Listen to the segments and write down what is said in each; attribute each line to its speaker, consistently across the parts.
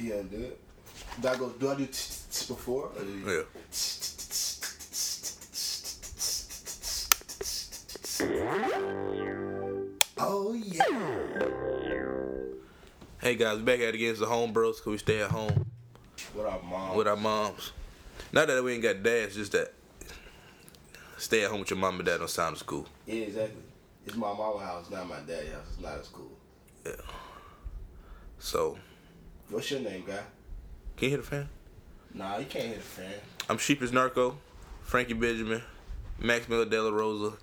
Speaker 1: Yeah, do it. Do I go? Do I do tss, tss before? Or do you-
Speaker 2: Yeah.
Speaker 1: Oh yeah.
Speaker 2: Hey guys, back at it again. It's the home bros, cause we stay at home
Speaker 1: What up, mom?
Speaker 2: with our moms. Not that we ain't got dads, just that stay at home with your mom and dad don't sound as cool.
Speaker 1: Yeah, exactly. It's my mama house, not my daddy house. It's not as cool.
Speaker 2: So,
Speaker 1: What's your name, guy?
Speaker 2: can you hear the fan?
Speaker 1: Nah, you can't hit a fan.
Speaker 2: I'm Sheepish Narco, Frankie Benjamin, Max Miller De La Rosa,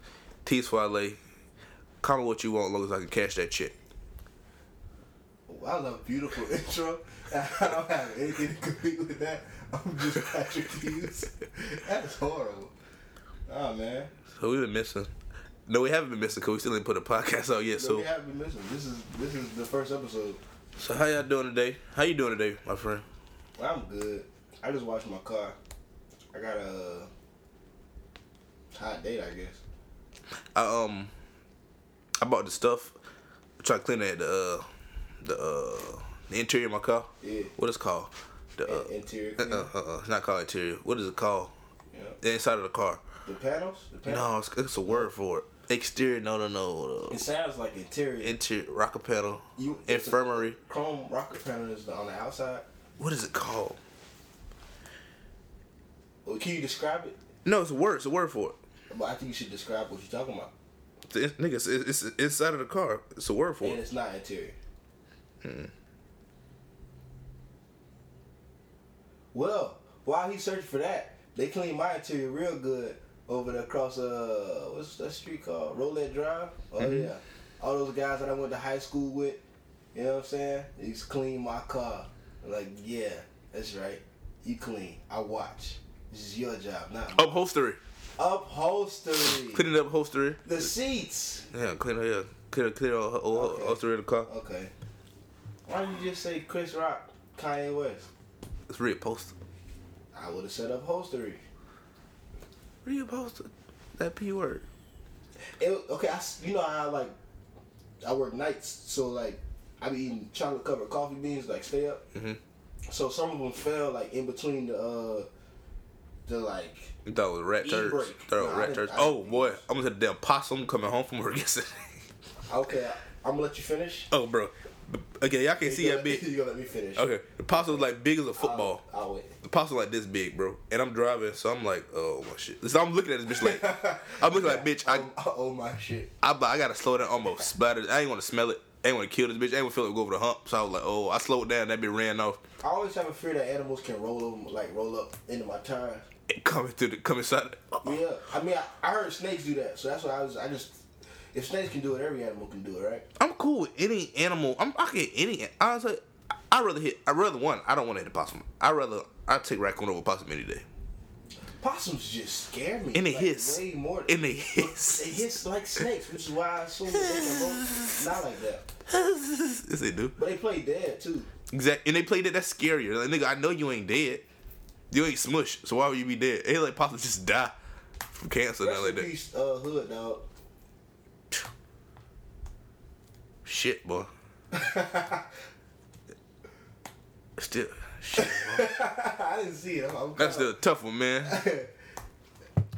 Speaker 2: T Swale. Comment what you want, long as I can cash that shit.
Speaker 1: Wow, that was Oh, a beautiful intro. I don't have anything to compete with that. I'm just Patrick Hughes. That's horrible. Oh man.
Speaker 2: So we've been missing. No, we haven't been missing because we still didn't put a podcast out yet.
Speaker 1: So
Speaker 2: So,
Speaker 1: we have been missing. This is this is the first episode.
Speaker 2: so how y'all doing today? How you doing today, my friend?
Speaker 1: I'm good. I just washed my car. I got a hot date, I guess.
Speaker 2: I um, I bought the stuff. I tried to clean that the uh, the uh, the interior of my car.
Speaker 1: Yeah.
Speaker 2: What is it called? The uh,
Speaker 1: In- Interior.
Speaker 2: uh,
Speaker 1: cleaner.
Speaker 2: uh, uh, uh, it's not called interior. What is it called?
Speaker 1: Yeah.
Speaker 2: The inside of the car.
Speaker 1: The panels. The panels.
Speaker 2: No, it's, it's a word for it. Exterior. No, no, no.
Speaker 1: It
Speaker 2: Uh,
Speaker 1: sounds like interior.
Speaker 2: interior. Rocker pedal.
Speaker 1: You- it's a-
Speaker 2: Infirmary.
Speaker 1: Chrome rocker panel is on the outside.
Speaker 2: What is it called?
Speaker 1: Well, can you describe it?
Speaker 2: No, it's a word. It's a word for it.
Speaker 1: But I think you should describe what you're talking about.
Speaker 2: It's, it's, nigga, it's, it's, it's inside of the car. It's a word for
Speaker 1: And
Speaker 2: it.
Speaker 1: it's not interior. Well, while he's searching for that, they cleaned my interior real good over there across uh what's that street called? Roulette Drive? Oh yeah. All those guys that I went to high school with, you know what I'm saying? They just cleaned my car. I'm like, yeah, that's right. You clean. I watch. This is your job, not mine.
Speaker 2: Upholstery.
Speaker 1: upholstery.
Speaker 2: Cleaning up upholstery.
Speaker 1: The seats.
Speaker 2: Yeah, clean yeah, clear clear all her all her
Speaker 1: Okay.
Speaker 2: upholstery in the car.
Speaker 1: Okay. Why don't you just say Chris Rock, Kanye West?
Speaker 2: It's reupholstered.
Speaker 1: I would have said upholstery.
Speaker 2: Reupholstered. That P word.
Speaker 1: It, okay, I s you know how I like I work nights, so like I be eating chocolate covered coffee beans, like stay up.
Speaker 2: Mhm.
Speaker 1: So some of them fell like in between the uh the like
Speaker 2: You thought it was rat
Speaker 1: Eat
Speaker 2: turds.
Speaker 1: break.
Speaker 2: Throw
Speaker 1: No, I
Speaker 2: rat
Speaker 1: didn't-
Speaker 2: turds.
Speaker 1: I
Speaker 2: Oh
Speaker 1: didn't-
Speaker 2: boy, I almost had a damn possum coming home from work yesterday.
Speaker 1: okay, I'm gonna let you finish.
Speaker 2: oh bro. B- Okay, y'all can see
Speaker 1: you
Speaker 2: that
Speaker 1: gonna,
Speaker 2: big.
Speaker 1: You gonna let me finish?
Speaker 2: Okay, the possum was like big as a
Speaker 1: I'll-
Speaker 2: football.
Speaker 1: I'll, wait.
Speaker 2: The possum like this big, bro. And I'm driving, so I'm like, oh my shit. So I'm looking at this bitch like, I'm looking like, bitch, I
Speaker 1: Oh, I owe my shit.
Speaker 2: I, bu- I gotta slow down almost. Splattered. I ain't wanna smell it. I ain't wanna kill this bitch. I ain't wanna feel it go over the hump. So I was like, oh, I slowed down. That bitch ran off.
Speaker 1: I always have a fear that animals can roll over, like roll up into my tires.
Speaker 2: It coming through the coming side.
Speaker 1: Yeah, I mean, I, I heard snakes do that, so that's why I was. I just if snakes can do it, every animal can do it, right?
Speaker 2: I'm cool with any animal. I'm I can hit any. Honestly, I- I'd rather hit. I'd rather one. I don't want to hit a possum. I'd rather I take raccoon over possum any day.
Speaker 1: Possums just scare me.
Speaker 2: And they
Speaker 1: like,
Speaker 2: hiss.
Speaker 1: Way more.
Speaker 2: And they
Speaker 1: They
Speaker 2: hiss.
Speaker 1: hiss like snakes, which is why I assume that they can roll. Not like that.
Speaker 2: yes, they do.
Speaker 1: But they play dead too.
Speaker 2: Exactly. And they played it. That's scarier. Like nigga, I know you ain't dead. You ain't smushed. So why would you be dead? Ain't like possums just die from cancer and
Speaker 1: Rest
Speaker 2: like
Speaker 1: in
Speaker 2: that.
Speaker 1: peace, uh, hood dog.
Speaker 2: Shit, boy. Still, shit, boy.
Speaker 1: I didn't see it. I'm, I'm
Speaker 2: That's still a tough one, man.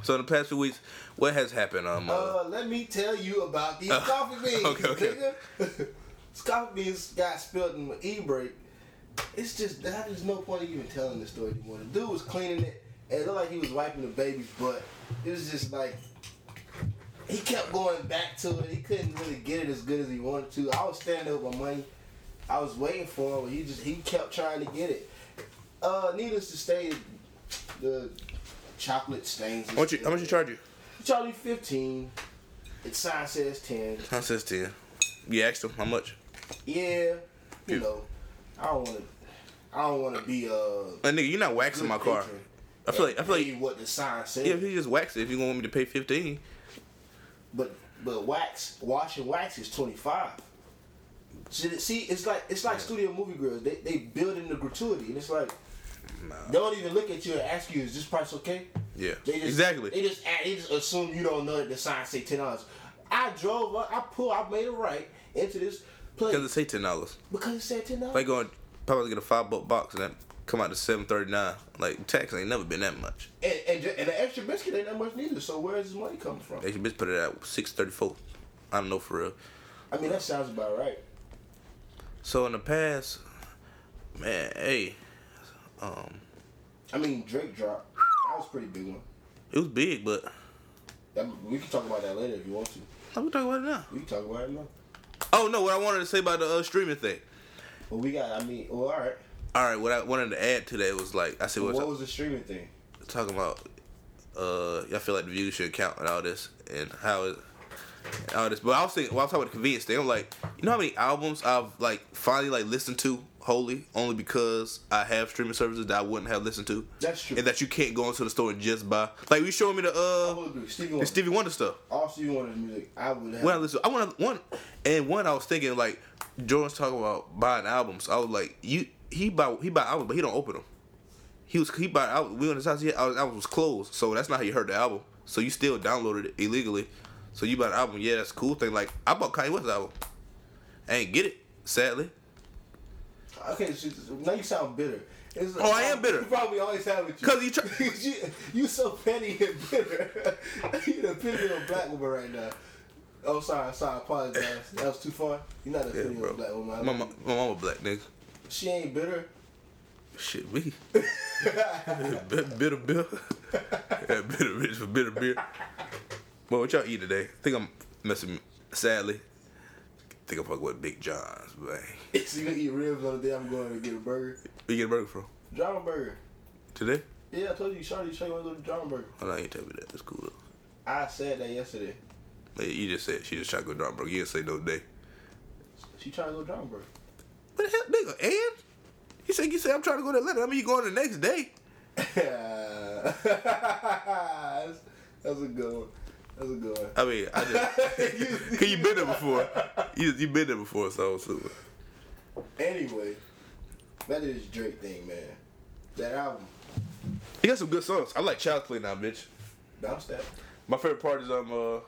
Speaker 2: So in the past few weeks, what has happened? Um, uh,
Speaker 1: Uh, let me tell you about these
Speaker 2: Oh,
Speaker 1: coffee beans,
Speaker 2: okay, okay.
Speaker 1: nigga. These coffee beans got spilled in my e-break. It's just that there's no point in even telling this story anymore. The dude was cleaning it, and it looked like he was wiping the baby's butt. It was just like he kept going back to it. He couldn't really get it as good as he wanted to. I was standing over my money. I was waiting for him. He just he kept trying to get it. Uh, needless to say, the chocolate stains.
Speaker 2: how much you, how much you charge you?
Speaker 1: Charlie 15. Its sign says 10.
Speaker 2: I says ten. You asked him how much?
Speaker 1: Yeah,
Speaker 2: Yeah.
Speaker 1: you know, I don't want to. I don't want to be uh.
Speaker 2: Like, nigga, you're not waxing my car.
Speaker 1: patron
Speaker 2: I feel like I
Speaker 1: and
Speaker 2: feel like
Speaker 1: pay what the sign says.
Speaker 2: yeah, if you just wax it, if you want me to pay fifteen,
Speaker 1: But but wax wash and wax is twenty five. So that- see, it's like it's like studio movie girls. They they build in the gratuity, and it's like they don't even look at you and ask you, "Is this price okay?"
Speaker 2: yeah,
Speaker 1: They just,
Speaker 2: exactly.
Speaker 1: They just add, they just assume you don't know that the sign say ten dollars. I drove up. I pulled. I made a right into this place
Speaker 2: Doesn't say ten dollars.
Speaker 1: because it said ten dollars.
Speaker 2: Like going probably get a five buck box and that come out to seven thirty nine. Like tax ain't never been that much.
Speaker 1: And and, ju- and the extra biscuit ain't that much neither. So where is this money coming from?
Speaker 2: They should bitch put it at six thirty four. I don't know for real.
Speaker 1: I mean, that sounds about right.
Speaker 2: So in the past, man, hey, um,
Speaker 1: I mean, Drake drop. That was a pretty big one.
Speaker 2: it was big, but
Speaker 1: That, we can talk about that later if you want to.
Speaker 2: how we talking about it now?
Speaker 1: We can talk about it now.
Speaker 2: Oh no, what I wanted to say about the uh, streaming thing.
Speaker 1: But we got. I mean, well, all right.
Speaker 2: All right, what I wanted to add to that was like I said,
Speaker 1: What,
Speaker 2: what,
Speaker 1: was the streaming thing?
Speaker 2: talking about uh y'all feel like the views should count and all this and how it and all this but I was thinking well I was talking about the convenience thing I'm like you know how many albums I've like finally like listened to wholly only because I have streaming services that I wouldn't have listened to
Speaker 1: That's true.
Speaker 2: and that you can't go into the store and just buy like you showing me the
Speaker 1: I
Speaker 2: uh
Speaker 1: would agree. Stevie
Speaker 2: the
Speaker 1: Wonder.
Speaker 2: Stevie Wonder stuff
Speaker 1: all Stevie Wonder's music, I would have.
Speaker 2: when I listen I want one and one I was thinking like Jordan's talking about buying albums I was like you he buy he buy albums but he don't open them he was he bought out. We went to his house. He, our album was closed, so that's not how you heard the album. So you still downloaded it illegally. So you bought the album. Yeah, that's a cool thing. Like I bought Kanye West's album. I ain't get it, sadly.
Speaker 1: okay, so now you sound bitter. It's
Speaker 2: Oh, I am bitter.
Speaker 1: You probably always have it.
Speaker 2: 'Cause you try-
Speaker 1: you, you so petty and bitter. you the epitome of a black woman right now. Oh, sorry, sorry. I apologize. That was too far. You're not the
Speaker 2: Yeah,
Speaker 1: epitome of
Speaker 2: bro.
Speaker 1: a black woman. I
Speaker 2: My,
Speaker 1: love
Speaker 2: ma-
Speaker 1: you.
Speaker 2: my mama black nigga.
Speaker 1: She ain't bitter.
Speaker 2: Shit, we. Bi- bitter beer. yeah, bitter bitch for bitter beer. Well, what y'all eat today? I think I'm messing. Sadly, think I'm fucking with Big John's. But
Speaker 1: So you gonna eat ribs on the day I'm going to get a burger.
Speaker 2: where you get a burger from
Speaker 1: Drama burger.
Speaker 2: today?
Speaker 1: Yeah, I told you, Shawty, Shawty want to go to Drama burger.
Speaker 2: Oh no, you ain't tell me that. That's cool though.
Speaker 1: I said that yesterday.
Speaker 2: Like, you just said she just tried to go down, bro. You didn't say no day.
Speaker 1: She tried to go to Drama burger.
Speaker 2: What the hell, nigga? And you said you said I'm trying to go to Atlanta. I mean, you going the next day?
Speaker 1: that's, that's a good one. That's a good one.
Speaker 2: I mean, I just.
Speaker 1: You-
Speaker 2: Cause you been there before. You you been there before, so I'm assuming.
Speaker 1: Anyway, that is Drake thing, man. That album,
Speaker 2: He got some good songs. I like Child's Play now, bitch.
Speaker 1: bounce that.
Speaker 2: My favorite part is um uh.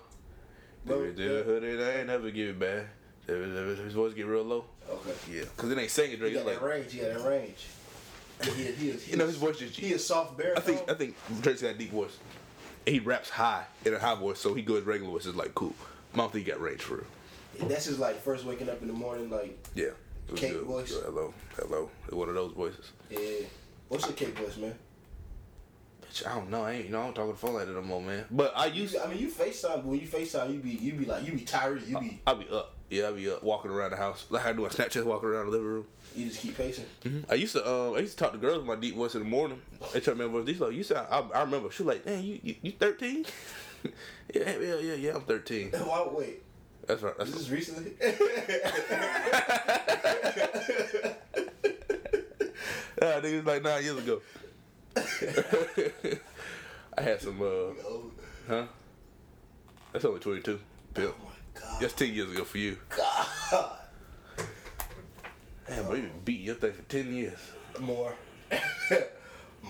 Speaker 1: Low,
Speaker 2: Did the hood and I ain't never give it back. His voice get real low.
Speaker 1: Okay.
Speaker 2: Yeah, cause it ain't singing
Speaker 1: He
Speaker 2: Drake.
Speaker 1: got
Speaker 2: It's
Speaker 1: that
Speaker 2: like
Speaker 1: range. He got that range. He, he, he, is- he,
Speaker 2: you know
Speaker 1: is-
Speaker 2: his voice just.
Speaker 1: He is soft baritone.
Speaker 2: I think I think Drake's got a deep voice. And he raps high in a high voice, so he goes regular voice is like cool. I don't think he got range for real.
Speaker 1: that's his like first waking up in the morning. Like,
Speaker 2: Yeah. It was
Speaker 1: Cake
Speaker 2: good.
Speaker 1: voice.
Speaker 2: Good. Hello, hello. It was One of those voices.
Speaker 1: yeah. What's your cake voice, man?
Speaker 2: Bitch, I don't know. I ain't, you know, I don't talk on the phone like that no more, man. But I
Speaker 1: You,
Speaker 2: used to,
Speaker 1: I mean, you Facetime, but when you Facetime, you be, you be like, you be tired. You be,
Speaker 2: I'll be up. Yeah, I'll be up walking around the house. Like I do on Snapchat, walking around the living room.
Speaker 1: you just keep pacing.
Speaker 2: I used to, um, I used to talk to girls with my deep voice in the morning. They try to remember these. Like, you said, I, I remember. She was like, "Damn, you, you, you 13? yeah, yeah, yeah, yeah. I'm 13.
Speaker 1: Why wait?
Speaker 2: That's right.
Speaker 1: This
Speaker 2: That's
Speaker 1: is recently.
Speaker 2: yeah, I think it was like nine years ago. I had some, uh,
Speaker 1: oh
Speaker 2: huh? That's only 22. Pimp.
Speaker 1: my god.
Speaker 2: That's 10 years ago for you.
Speaker 1: God.
Speaker 2: Damn, bro, you been beating your thing for 10 years.
Speaker 1: More.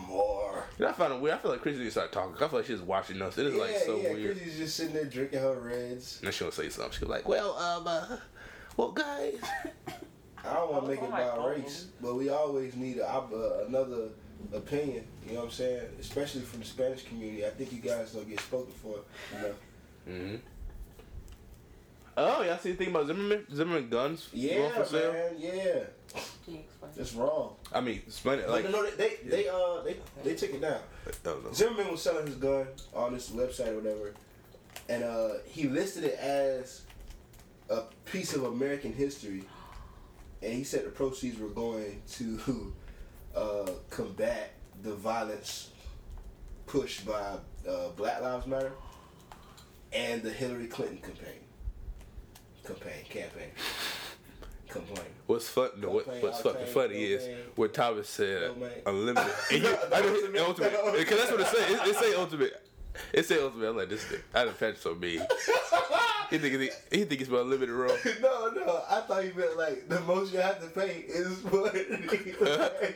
Speaker 1: More.
Speaker 2: And I found it weird. I feel like Chrissy didn't start talking. I feel like she's watching us. It is like so
Speaker 1: yeah,
Speaker 2: weird.
Speaker 1: Chrissy's just sitting there drinking her reds.
Speaker 2: And then she'll say something. She'll be like, well, um, uh, well, guys.
Speaker 1: I don't want to make it
Speaker 3: Oh my
Speaker 1: about
Speaker 3: God.
Speaker 1: race, but we always need a, op- uh, another opinion. You know what I'm saying? Especially from the Spanish community. I think you guys don't get spoken for enough.
Speaker 2: Mm-hmm. Oh, y'all see the thing about Zimmerman? Zimmerman guns
Speaker 1: Yeah,
Speaker 2: going for
Speaker 1: man.
Speaker 2: sale?
Speaker 1: Yeah,
Speaker 3: Can you explain?
Speaker 1: that's wrong.
Speaker 2: I mean, explain it.
Speaker 1: Like,
Speaker 2: Like,
Speaker 1: no, no, no, they, they, uh, they, they took it down.
Speaker 2: I don't know.
Speaker 1: Zimmerman was selling his gun on this website or whatever, and uh, he listed it as a piece of American history, and he said the proceeds were going to uh, combat the violence pushed by uh, Black Lives Matter and the Hillary Clinton campaign, campaign, campaign, complain.
Speaker 2: What's fun? No, what,
Speaker 1: Propane,
Speaker 2: what's fucking
Speaker 1: octane,
Speaker 2: funny is
Speaker 1: propane.
Speaker 2: what Thomas said.
Speaker 1: Propane.
Speaker 2: Unlimited. And you, I know
Speaker 1: Ultimate.
Speaker 2: ultimate. Because that's what it say. It, it say ultimate. It say ultimate. I'm like this nigga. I done patched so mean. He think he, he think it's about unlimited roll.
Speaker 1: No, no, I thought you meant like the most you have to pay is what like,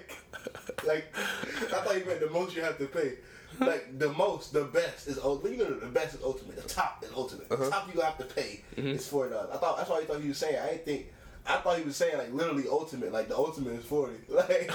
Speaker 1: like I thought you meant the most you have to pay. Like the most, the best is ultimate. You know, the best is ultimate. The top is ultimate. The top you have to pay is four dollars. I thought that's why you thought you was saying. I didn't think I thought he was saying like literally ultimate, like the ultimate is forty, like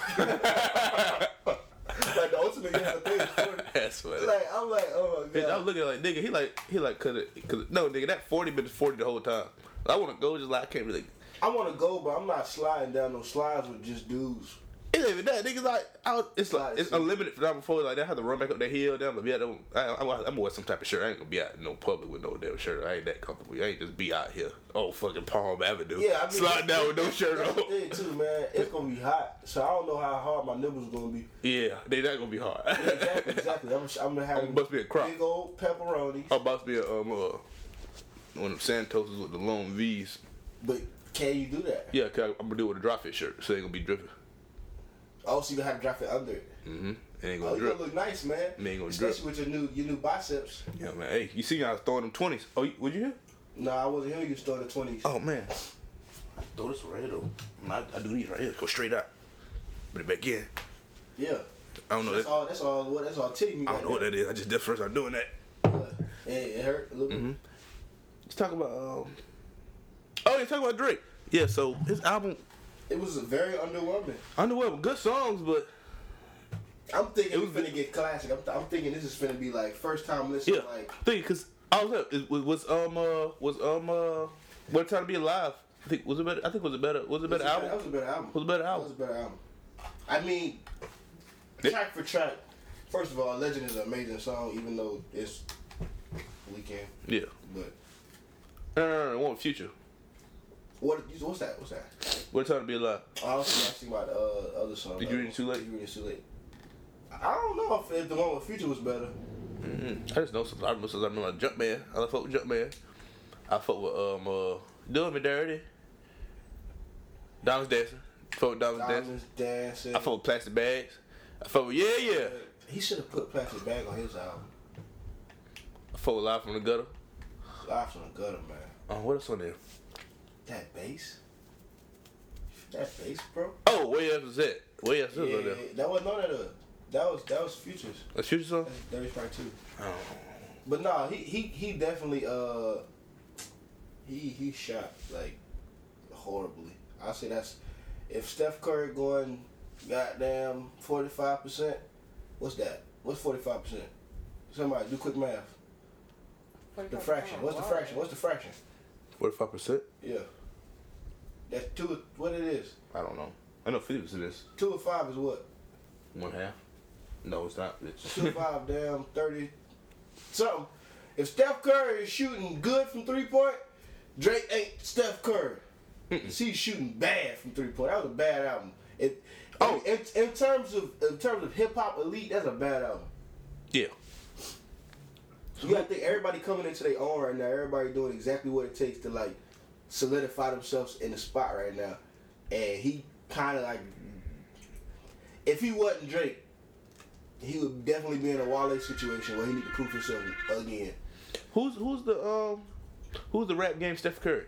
Speaker 1: like the ultimate you have to pay is forty.
Speaker 2: That's funny.
Speaker 1: Like I'm like, oh my
Speaker 2: Bitch, I was
Speaker 1: god,
Speaker 2: looking at it like nigga, he like he like could have no nigga that forty been forty the whole time. I want to go just like I can't really.
Speaker 1: I want to go, but I'm not sliding down those slides with just dudes.
Speaker 2: It ain't even that niggas like I was, it's like it's
Speaker 1: Right.
Speaker 2: unlimited for that before like they have to run back up that hill. Then I'm gonna be out. There, I, I, I'm gonna wear some type of shirt. I ain't gonna be out in no public with no damn shirt. I ain't that comfortable. I ain't just be out here. Oh fucking Palm Avenue.
Speaker 1: Yeah, I mean,
Speaker 2: slide down with no
Speaker 1: that's-
Speaker 2: shirt
Speaker 1: that's
Speaker 2: on.
Speaker 1: the thing too, man. It's gonna be hot, so I don't know how hard my nipples gonna be.
Speaker 2: Yeah, they not gonna be hard.
Speaker 1: Exactly, exactly. I'm, I'm gonna have
Speaker 2: I'm about to be a crop.
Speaker 1: big old pepperoni,
Speaker 2: I'm about to be a um uh, one of them Santos's with the long V's.
Speaker 1: but can you do that?
Speaker 2: Yeah, cause I, am gonna do it with a drop fit shirt, so they gonna be dripping.
Speaker 1: Also, you gonna have to drop it under it.
Speaker 2: Mm-hmm. It ain't gonna
Speaker 1: Oh, you
Speaker 2: drip.
Speaker 1: gonna look nice, man.
Speaker 2: Man, you gonna
Speaker 1: Especially with your new your new biceps.
Speaker 2: Yeah, man. Hey, you see me? I was throwing them twenties. Oh, you, were you here?
Speaker 1: No, I wasn't here when you started twenties.
Speaker 2: Oh man. Throw this right here though. I, I do these right here. Go straight up. Put it back in.
Speaker 1: Yeah.
Speaker 2: I don't know.
Speaker 1: That's
Speaker 2: That,
Speaker 1: all. That's all. What? That's all. Titty.
Speaker 2: I don't know what that is. I just did first. I'm doing that. Mm-hmm.
Speaker 1: that. It, it hurt a little bit.
Speaker 2: Let's talk about. Um, oh, you talk about Drake. Yeah. So his album
Speaker 1: It was very underwhelming.
Speaker 2: Underwhelming. Good songs, but
Speaker 1: I'm thinking
Speaker 2: It
Speaker 1: we're
Speaker 2: was-
Speaker 1: gonna get classic. I'm, I'm thinking this is gonna be like first time listening.
Speaker 2: yeah.
Speaker 1: Like
Speaker 2: Think because I was up. It was, was um uh was um uh what time to be alive. I think was it better. I think was it better. Was it better
Speaker 1: That
Speaker 2: album?
Speaker 1: was a better album.
Speaker 2: Was a better
Speaker 1: That
Speaker 2: album.
Speaker 1: was a better album. I mean,
Speaker 2: Yeah.
Speaker 1: track for track. First of all, Legend is an amazing song, even though it's weekend.
Speaker 2: Yeah.
Speaker 1: But
Speaker 2: No, no, no, no. One future.
Speaker 1: what? What's that? What's that? Oh,
Speaker 2: What time to be alive?
Speaker 1: I don't see actually about the uh, other song.
Speaker 2: Did you read it too late?
Speaker 1: Did you read it too late? I don't know if, if the one with Future was better.
Speaker 2: Mm, I just know some. I remember some. I remember like Jumpman. I fuck with Jumpman. I fuck with um uh Doing Me Dirty. Diamonds Dancing. Fuck with Diamonds Dancing.
Speaker 1: Diamonds dancing.
Speaker 2: I fuck with Plastic Bags. I fuck with Yeah Yeah.
Speaker 1: He should have put Plastic Bag on his album.
Speaker 2: I fuck with Live from the Gutter.
Speaker 1: Live from the gutter, man.
Speaker 2: Um, what else on there?
Speaker 1: That bass. That bass, bro.
Speaker 2: Oh, Way Up Is That. Way Up Is
Speaker 1: yeah,
Speaker 2: on there.
Speaker 1: that wasn't on that. Uh, that was that was Futures.
Speaker 2: A future song?
Speaker 1: That's Dirty Sprite too.
Speaker 2: Oh.
Speaker 1: But nah, he he he definitely uh he he shot like horribly. I say that's if Steph Curry going goddamn forty five percent, what's that? What's forty five percent? Somebody do quick math. The fraction. What's the fraction? What's the fraction?
Speaker 2: 45%?
Speaker 1: Yeah. That's two what it is.
Speaker 2: I don't know. I know 50% is
Speaker 1: Two and five is what?
Speaker 2: one half. No, it's not. It's
Speaker 1: Two and five damn thirty something. If Steph Curry is shooting good from three point, Drake ain't Steph Curry. He's shooting bad from three point. That was a bad album. It,
Speaker 2: Oh.
Speaker 1: oh, in, in terms of in terms of hip hop elite, that's a bad album.
Speaker 2: yeah.
Speaker 1: You gotta think everybody coming into their own right now. Everybody doing exactly what it takes to like solidify themselves in the spot right now. And he kind of like, if he wasn't Drake, he would definitely be in a Wale situation where he need to prove himself again.
Speaker 2: Who's who's the um who's the rap game Steph Curry?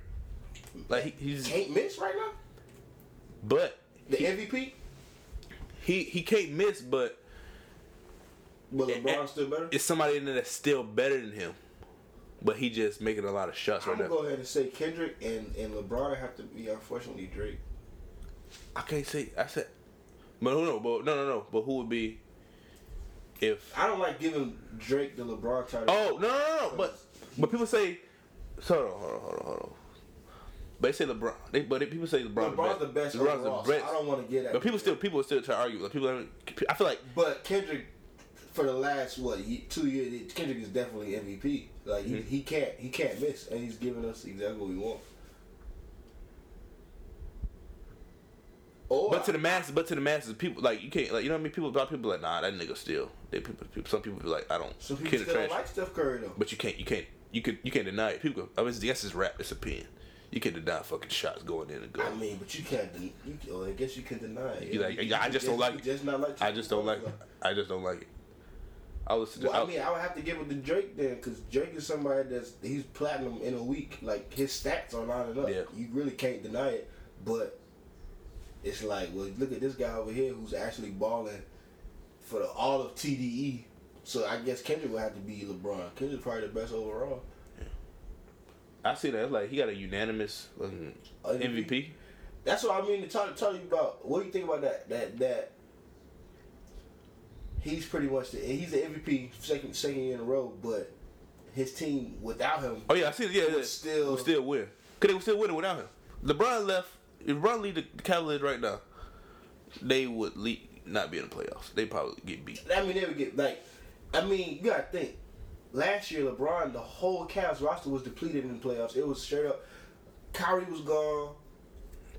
Speaker 2: Like he, he's
Speaker 1: Can't miss right now.
Speaker 2: but
Speaker 1: The MVP,
Speaker 2: he he can't miss, but
Speaker 1: but
Speaker 2: Yeah,
Speaker 1: LeBron
Speaker 2: and-
Speaker 1: still better.
Speaker 2: it's somebody in there that's still better than him. But he just making a lot of shots
Speaker 1: I'm
Speaker 2: right now.
Speaker 1: gonna go ahead and say Kendrick and and LeBron have to be unfortunately Drake.
Speaker 2: I can't say. I said, but who no, but no, no, no. But who would be if?
Speaker 1: I don't like giving Drake the LeBron title.
Speaker 2: Oh no, no, no. no, But but people say, so hold on, hold on, hold on, hold on. But they say LeBron. They, but they, people say LeBron.
Speaker 1: LeBron's the best.
Speaker 2: LeBron's
Speaker 1: overall,
Speaker 2: the
Speaker 1: so
Speaker 2: best.
Speaker 1: I don't want to get at.
Speaker 2: but people still people still try to argue. Like people, haven't- I feel like
Speaker 1: But Kendrick, for the last what ye- two years, Kendrick is definitely MVP. Like he,
Speaker 2: Mm-hmm.
Speaker 1: he can't he can't miss, and he's giving us exactly what we want. Or
Speaker 2: But to the masses, but to the masses, people like you can't like you know what I mean. People, a lot of people like nah, that nigga still. They people, people some people be like I don't.
Speaker 1: some people
Speaker 2: kid
Speaker 1: still
Speaker 2: is trash.
Speaker 1: don't like Steph Curry though.
Speaker 2: but you can't, you can't, you can, you can't deny it. People, go, I mean, yes, it's rap, it's a pen. You can deny fucking shots going in and
Speaker 1: I
Speaker 2: going.
Speaker 1: mean, but you can't. Den- you, can- well, I guess you can deny it.
Speaker 2: You like,
Speaker 1: You-
Speaker 2: I
Speaker 1: you
Speaker 2: just don't like it.
Speaker 1: you Just not like.
Speaker 2: I just don't like. it. I just don't like it. I was.
Speaker 1: Well,
Speaker 2: I,
Speaker 1: I mean, I would have to give it to Drake then, because Drake is somebody that's he's platinum in a week. Like his stats are lining up.
Speaker 2: Yeah.
Speaker 1: You really can't deny it. But it's like, well, look at this guy over here who's actually balling for the, all of TDE. So I guess Kendrick would have to be LeBron. Kendrick's probably the best overall.
Speaker 2: I see that like he got a unanimous um,
Speaker 1: MVP.
Speaker 2: MVP.
Speaker 1: That's what I mean to talk tell you about. What do you think about that? That that he's pretty much the he's the MVP second second year in a row, but his team without him
Speaker 2: Oh yeah, I see. Yeah, yeah.
Speaker 1: would still-
Speaker 2: Would still win. Cause they were still winning without him. LeBron left. If LeBron leave the Cavaliers right now, they would lead, not be in the playoffs. They probably get beat.
Speaker 1: I mean, they would get like, I mean, you gotta think. Last year, LeBron, the whole Cavs roster was depleted in the playoffs. It was straight up. Kyrie was gone.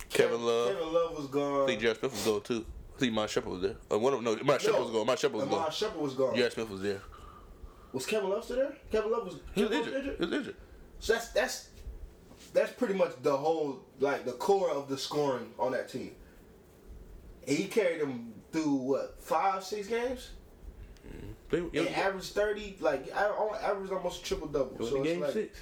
Speaker 2: Kevin Love.
Speaker 1: Kevin Love was gone.
Speaker 2: I think Jared Smith was going too. I think my Shepard was there. Uh, one of no, my Shepard was going. My Shepard was
Speaker 1: Amar
Speaker 2: going.
Speaker 1: Shepard was gone.
Speaker 2: Jared Smith was there.
Speaker 1: Was Kevin Love still there? Kevin Love was.
Speaker 2: He was
Speaker 1: Kevin Love
Speaker 2: injured. He was injured.
Speaker 1: So that's that's that's pretty much the whole like the core of the scoring on that team. And he carried them through what five six games.
Speaker 2: They, it was,
Speaker 1: and averaged thirty like I, I averaged almost triple double.
Speaker 2: it was
Speaker 1: so
Speaker 2: in
Speaker 1: it's
Speaker 2: game
Speaker 1: like,
Speaker 2: six.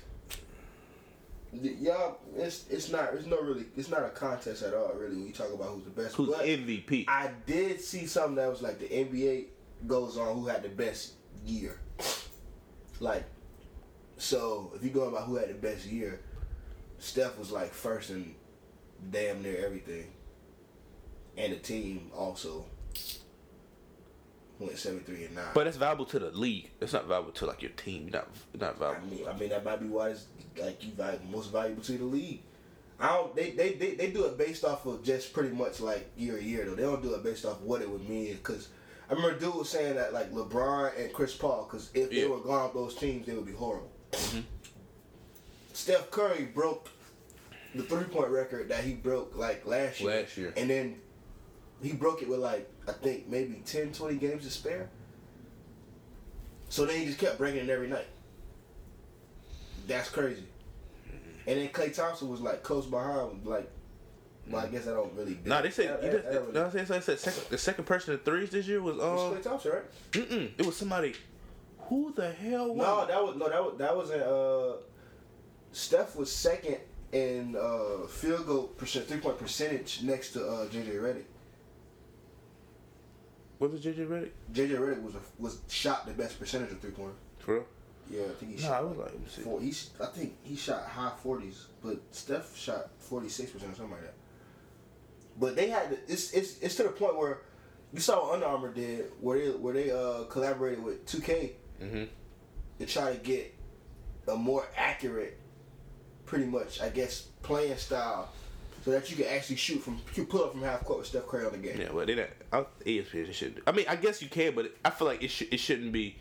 Speaker 1: Y- Y'all, it's it's not it's no really it's not a contest at all really when you talk about who's the best.
Speaker 2: Who's
Speaker 1: but
Speaker 2: MVP?
Speaker 1: I did see something that was like the NBA goes on who had the best year. Like, so if you going by who had the best year, Steph was like first in damn near everything, and the team also went seven three and nine.
Speaker 2: but that's valuable to the league. That's not valuable to like your team. You're not you're not
Speaker 1: I
Speaker 2: valuable.
Speaker 1: mean, I mean that might be why it's like you value, most valuable to the league. I don't. They, they they they do it based off of just pretty much like year to year though. They don't do it based off what it would mean because I remember dude was saying that like LeBron and Chris Paul because if
Speaker 2: Yeah.
Speaker 1: they were gone off those teams they would be horrible. Steph Curry broke the three point record that he broke like last year.
Speaker 2: Last year.
Speaker 1: and then he broke it with like I think maybe 10, 20 games to spare. So then he just kept breaking it every night. That's crazy.
Speaker 2: Mm-hmm.
Speaker 1: And then Clay Thompson was like close behind, like. Well, I guess I don't really.
Speaker 2: Mm. Nah, they said. uh,
Speaker 1: That-
Speaker 2: you
Speaker 1: that-
Speaker 2: know-
Speaker 1: that really-
Speaker 2: know what I'm saying? So I said second, the second person in threes this year was
Speaker 1: It was
Speaker 2: um.
Speaker 1: Klay Thompson, right?
Speaker 2: Mm-mm, it was somebody. Who the hell was?
Speaker 1: No, that was no, that was that was in, uh, Steph was second in uh, field goal percent, three point percentage next to uh, JJ Redick.
Speaker 2: What was JJ Redick?
Speaker 1: JJ Redick was a, was shot the best percentage of three point.
Speaker 2: For real?
Speaker 1: Yeah, I think he
Speaker 2: Nah, I
Speaker 1: shot.
Speaker 2: was like, let me see.
Speaker 1: Four, he, sh- I think he shot high forties, but Steph shot forty six percent or something like that. But they had to, it's it's it's to the point where you saw what Under Armour did where they where they uh, collaborated with Two K
Speaker 2: Mm-hmm.
Speaker 1: to try to get a more accurate, pretty much I guess playing style, so that you can actually shoot from you pull up from half court with Steph Curry on the game.
Speaker 2: Yeah, well, they not. I, E ESPN they should. I mean, I guess you can, but I feel like it should. It shouldn't be.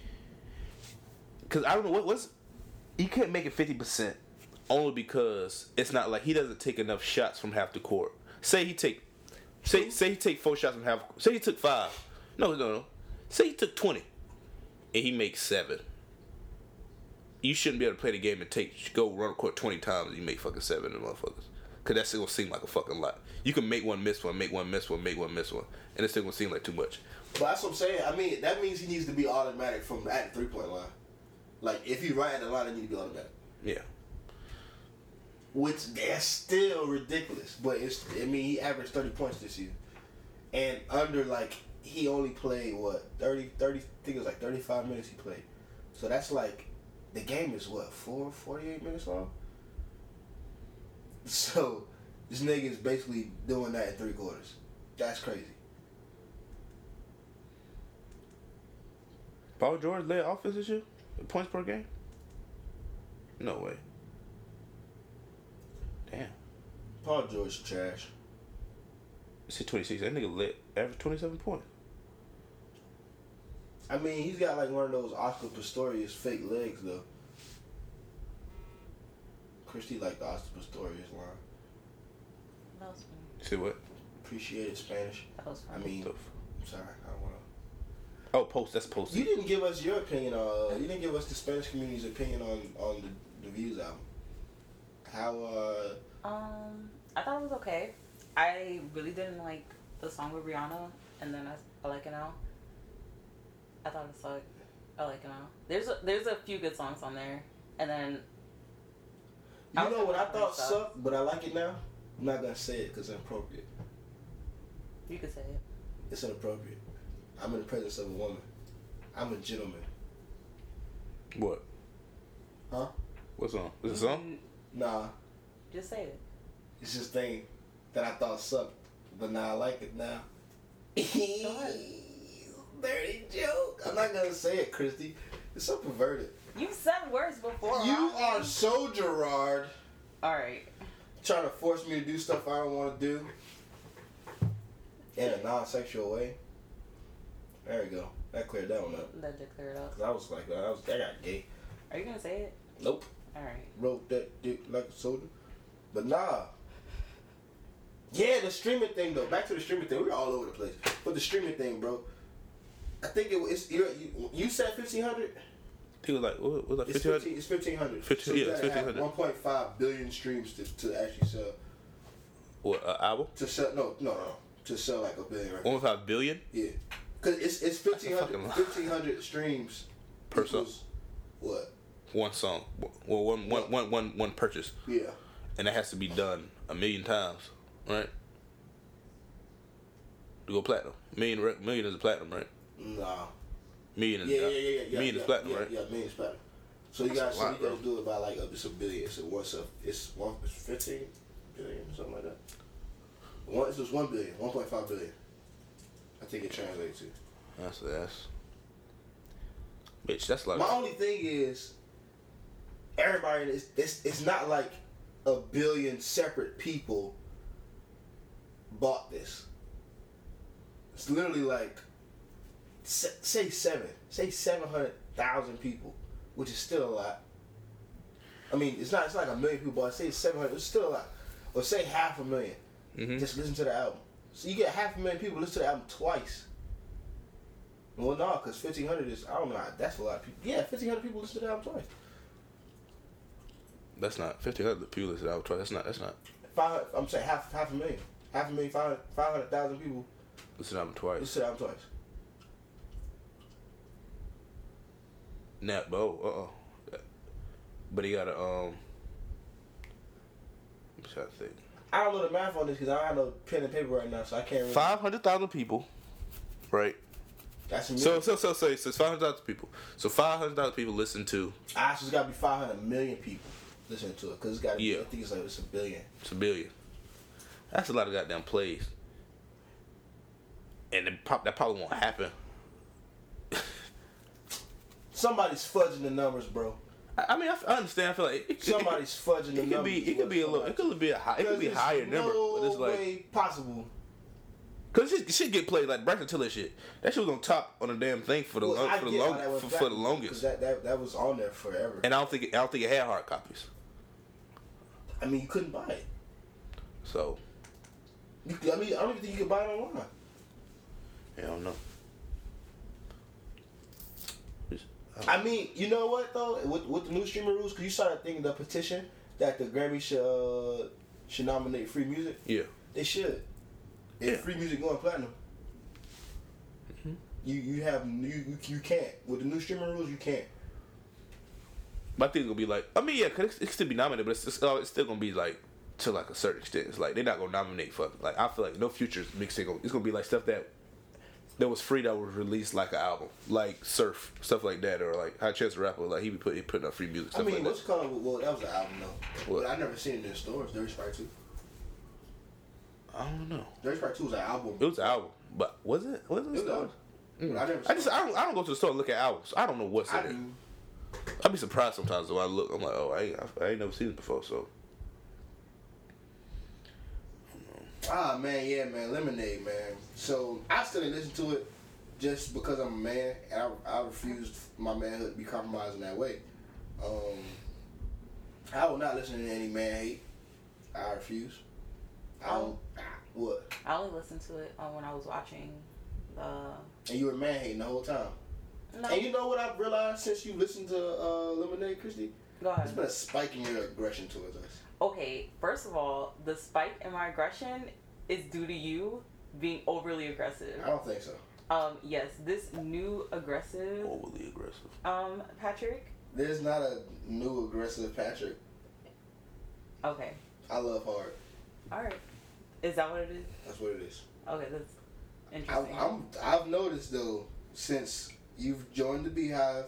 Speaker 2: Cause I don't know what what's. You can't make it fifty percent, only because it's not like he doesn't take enough shots from half the court. Say he take, say say he take four shots from half. Say he took five. No, no, no. Say he took twenty, and he makes seven. You shouldn't be able to play the game and take go run the court twenty times and you make fucking seven of the motherfuckers. Cause that's still gonna seem like a fucking lot. You can make one miss one, make one miss one, make one miss one, and it's still gonna seem like too much.
Speaker 1: But that's what I'm saying. I mean, that means he needs to be automatic from at the three point line. Like if he right at the line, he need to be automatic.
Speaker 2: Yeah.
Speaker 1: Which that's still ridiculous. But it's I mean he averaged thirty points this year, and under like he only played what 30, 30 I think it was like thirty five minutes he played. So that's like the game is what four forty eight minutes long. So this nigga is basically doing that in three quarters. That's crazy.
Speaker 2: Paul George led offense this year? Points per game? No way. Damn.
Speaker 1: Paul George trash.
Speaker 2: It's at 26. That nigga lit average 27 points.
Speaker 1: I mean, he's got like one of those Oscar Pistorius fake legs though. Christy like the Oscar Pistorius line.
Speaker 3: That was fun.
Speaker 2: See what?
Speaker 1: Appreciate it, Spanish.
Speaker 3: That was fun.
Speaker 1: I mean,
Speaker 2: Stuff.
Speaker 1: I'm sorry, I don't want to.
Speaker 2: Oh, post. That's post.
Speaker 1: You didn't give us your opinion on. uh, you didn't give us the Spanish community's opinion on on the, the views album. How uh
Speaker 3: Um, I thought it was okay. I really didn't like the song with Rihanna, and then I, I like it now. I thought it sucked. I like it now. There's a, there's a few good songs on there, and then I
Speaker 1: you
Speaker 3: was
Speaker 1: know what I
Speaker 3: talking
Speaker 1: thought
Speaker 3: about myself.
Speaker 1: sucked, but I like it now. I'm not gonna say it because it's inappropriate.
Speaker 3: you could say it.
Speaker 1: It's inappropriate. I'm in the presence of a woman. I'm a gentleman.
Speaker 2: What?
Speaker 1: Huh?
Speaker 2: Mm-hmm. What song? Is it a song?
Speaker 3: You-
Speaker 1: Nah,
Speaker 3: Just say it.
Speaker 1: it's just thing. that I thought sucked, but now I like it now. Dirty joke. I'm not gonna say it, Christy. It's so perverted.
Speaker 3: You've said words before.
Speaker 1: You
Speaker 3: Robin.
Speaker 1: are so Gerard,
Speaker 3: All right.
Speaker 1: trying to force me to do stuff I don't want to do in a non-sexual way. There we go. That cleared that one up.
Speaker 3: That did clear it up.
Speaker 1: 'Cause I was like, I was, I got gay.
Speaker 3: Are you gonna say it?
Speaker 1: Nope.
Speaker 3: All right.
Speaker 1: Wrote that dick like a soda. But nah. Yeah, the streaming thing though. Back to the streaming thing. We were all over the place. But the streaming thing, bro. I think it was. You, you, you said fifteen hundred.
Speaker 2: He was like, what was that?
Speaker 1: It's
Speaker 2: 1500?
Speaker 1: fifteen. It's fifteen hundred.
Speaker 2: 15 yeah, it's 1500.
Speaker 1: One point five billion streams to, to actually sell.
Speaker 2: What, an album?
Speaker 1: To sell. No, no, no. To sell like a billion. Right?
Speaker 2: 1.5 billion?
Speaker 1: Yeah. Cause it's it's fifteen hundred.
Speaker 2: Oh. fucking lot.
Speaker 1: Fifteen hundred streams.
Speaker 2: Per song.
Speaker 1: equals What?
Speaker 2: One song. Well, one, one, one, one, one purchase.
Speaker 1: Yeah.
Speaker 2: And that has to be done a million times, right? To go platinum. Million, rec- million is a platinum, right?
Speaker 1: Nah.
Speaker 2: Million is,
Speaker 1: Yeah, yeah, yeah, yeah, yeah.
Speaker 2: million
Speaker 1: yeah,
Speaker 2: is platinum,
Speaker 1: yeah,
Speaker 2: right?
Speaker 1: Yeah, million is platinum. So you
Speaker 2: That's
Speaker 1: guys,
Speaker 2: a
Speaker 1: so
Speaker 2: lot,
Speaker 1: you guys
Speaker 2: bro.
Speaker 1: do it by like up to some billion. So once a, it's one, it's fifteen billion, something like that. Once it was one billion, one point five billion. I think it translates to.
Speaker 2: That's, that's. Bitch, that's like.
Speaker 1: My only thing is, everybody is it's, it's not like a billion separate people bought this. It's literally like se- say seven, say seven hundred thousand people, which is still a lot. I mean, it's not it's like a million people, but say seven hundred, it's still a lot. Or say half a 1000000
Speaker 2: Mhm.
Speaker 1: Just listen to the album. So you get half a million people listen to the album twice. Well, no, because fifteen hundred is I don't know. That's a lot of people. Yeah, fifteen hundred people listen to the album twice.
Speaker 2: That's not fifteen hundred people listed out twice. That's not. That's not
Speaker 1: Five, I'm saying half half a million, half a million, five five hundred thousand people
Speaker 2: listed out twice.
Speaker 1: listen to the album twice.
Speaker 2: Nah, but oh, uh, uh but he got a um. I'm trying to think.
Speaker 1: I don't know the math on this because I don't have no pen and paper right now, so I can't. Really,
Speaker 2: Five hundred thousand people, right?
Speaker 1: That's a
Speaker 2: So
Speaker 1: million.
Speaker 2: so so so, so it's five hundred thousand people. So five hundred thousand people listen to
Speaker 1: I just got to be five hundred million people listening to it because it's got to be.
Speaker 2: Yeah.
Speaker 1: I think it's like it's a billion.
Speaker 2: it's a billion. That's a lot of goddamn plays. And it prob- that probably won't happen.
Speaker 1: Somebody's fudging the numbers, bro.
Speaker 2: I, I mean, I, f- I understand. I feel like it, it,
Speaker 1: Somebody's fudging the
Speaker 2: It, it could
Speaker 1: numbers.
Speaker 2: be. It could be a little. It could be a high. It could be a
Speaker 1: There's
Speaker 2: higher
Speaker 1: no
Speaker 2: number. But it's like.
Speaker 1: way possible.
Speaker 2: Cause shit, shit get played like Braxton Tiller shit. That shit was on top on the damn thing for the
Speaker 1: Well,
Speaker 2: long,
Speaker 1: I
Speaker 2: for the
Speaker 1: get why that
Speaker 2: long,
Speaker 1: was
Speaker 2: for,
Speaker 1: back,
Speaker 2: for the
Speaker 1: 'cause
Speaker 2: longest.
Speaker 1: That, that that was on there forever.
Speaker 2: And I don't think I don't think it had hard copies.
Speaker 1: I mean, you couldn't buy it.
Speaker 2: So
Speaker 1: You, I mean, I don't even think you could buy it online.
Speaker 2: I don't know. Just-
Speaker 1: I mean, you know what though? With, with the new streaming rules, because you saw that thing, the petition that the Grammy should uh, should nominate free music.
Speaker 2: Yeah,
Speaker 1: They should. If
Speaker 2: Yeah.
Speaker 1: free music going platinum, you you have you, you you can't with the new streaming rules. You can't.
Speaker 2: but I think it'll be like I mean yeah, cause it, it still be nominated, but it's, it's, uh, it's still gonna be like to like a certain extent. It's like they're not gonna nominate for like I feel like no futures mixing. gonna- It's gonna be like stuff that that was free that was released like an album, like Surf stuff like that, or like High Chance the Rapper. Like he be putting putting up free music.
Speaker 1: I
Speaker 2: Stuff
Speaker 1: mean,
Speaker 2: like
Speaker 1: what's
Speaker 2: that.
Speaker 1: called? Well, that was an album though.
Speaker 2: What?
Speaker 1: But I never seen it in stores. Dirty Sprite Two.
Speaker 2: I don't know.
Speaker 1: Dirty Sprite Two was an album.
Speaker 2: It was an album, but was it? Was it? Mm.
Speaker 1: It was an album. But I never.
Speaker 2: I
Speaker 1: saw
Speaker 2: just
Speaker 1: it.
Speaker 2: I don't, I don't go to the store and look at albums. I don't know what's
Speaker 1: I
Speaker 2: in
Speaker 1: do.
Speaker 2: it. I'd be surprised sometimes when I look. I'm like, oh, I ain't, I ain't never seen it before. So
Speaker 1: Ah man, yeah man, Lemonade man. So I still didn't listen to it just because I'm a man and I, I refused my manhood to be compromised in that way. Um, I will not listen to any man hate. I refuse. I don't. What?
Speaker 3: I only listened to it um, when I was watching the.
Speaker 1: And you were man hating the whole time.
Speaker 3: No,
Speaker 1: And you know what I've realized since you listened to uh, Lemonade, Christy?
Speaker 3: go
Speaker 1: It's
Speaker 3: ahead.
Speaker 1: been a spike in your aggression towards us.
Speaker 3: okay, first of all, the spike in my aggression is due to you being overly aggressive.
Speaker 1: I don't think so.
Speaker 3: Um, yes, this new aggressive,
Speaker 2: overly aggressive.
Speaker 3: um, Patrick.
Speaker 1: There's not a new aggressive Patrick.
Speaker 3: Okay,
Speaker 1: I love hard.
Speaker 3: all right. Is that what it is?
Speaker 1: That's what it is.
Speaker 3: Okay, that's
Speaker 1: I,
Speaker 3: interesting.
Speaker 1: I'm, I've noticed though since you've joined the Beehive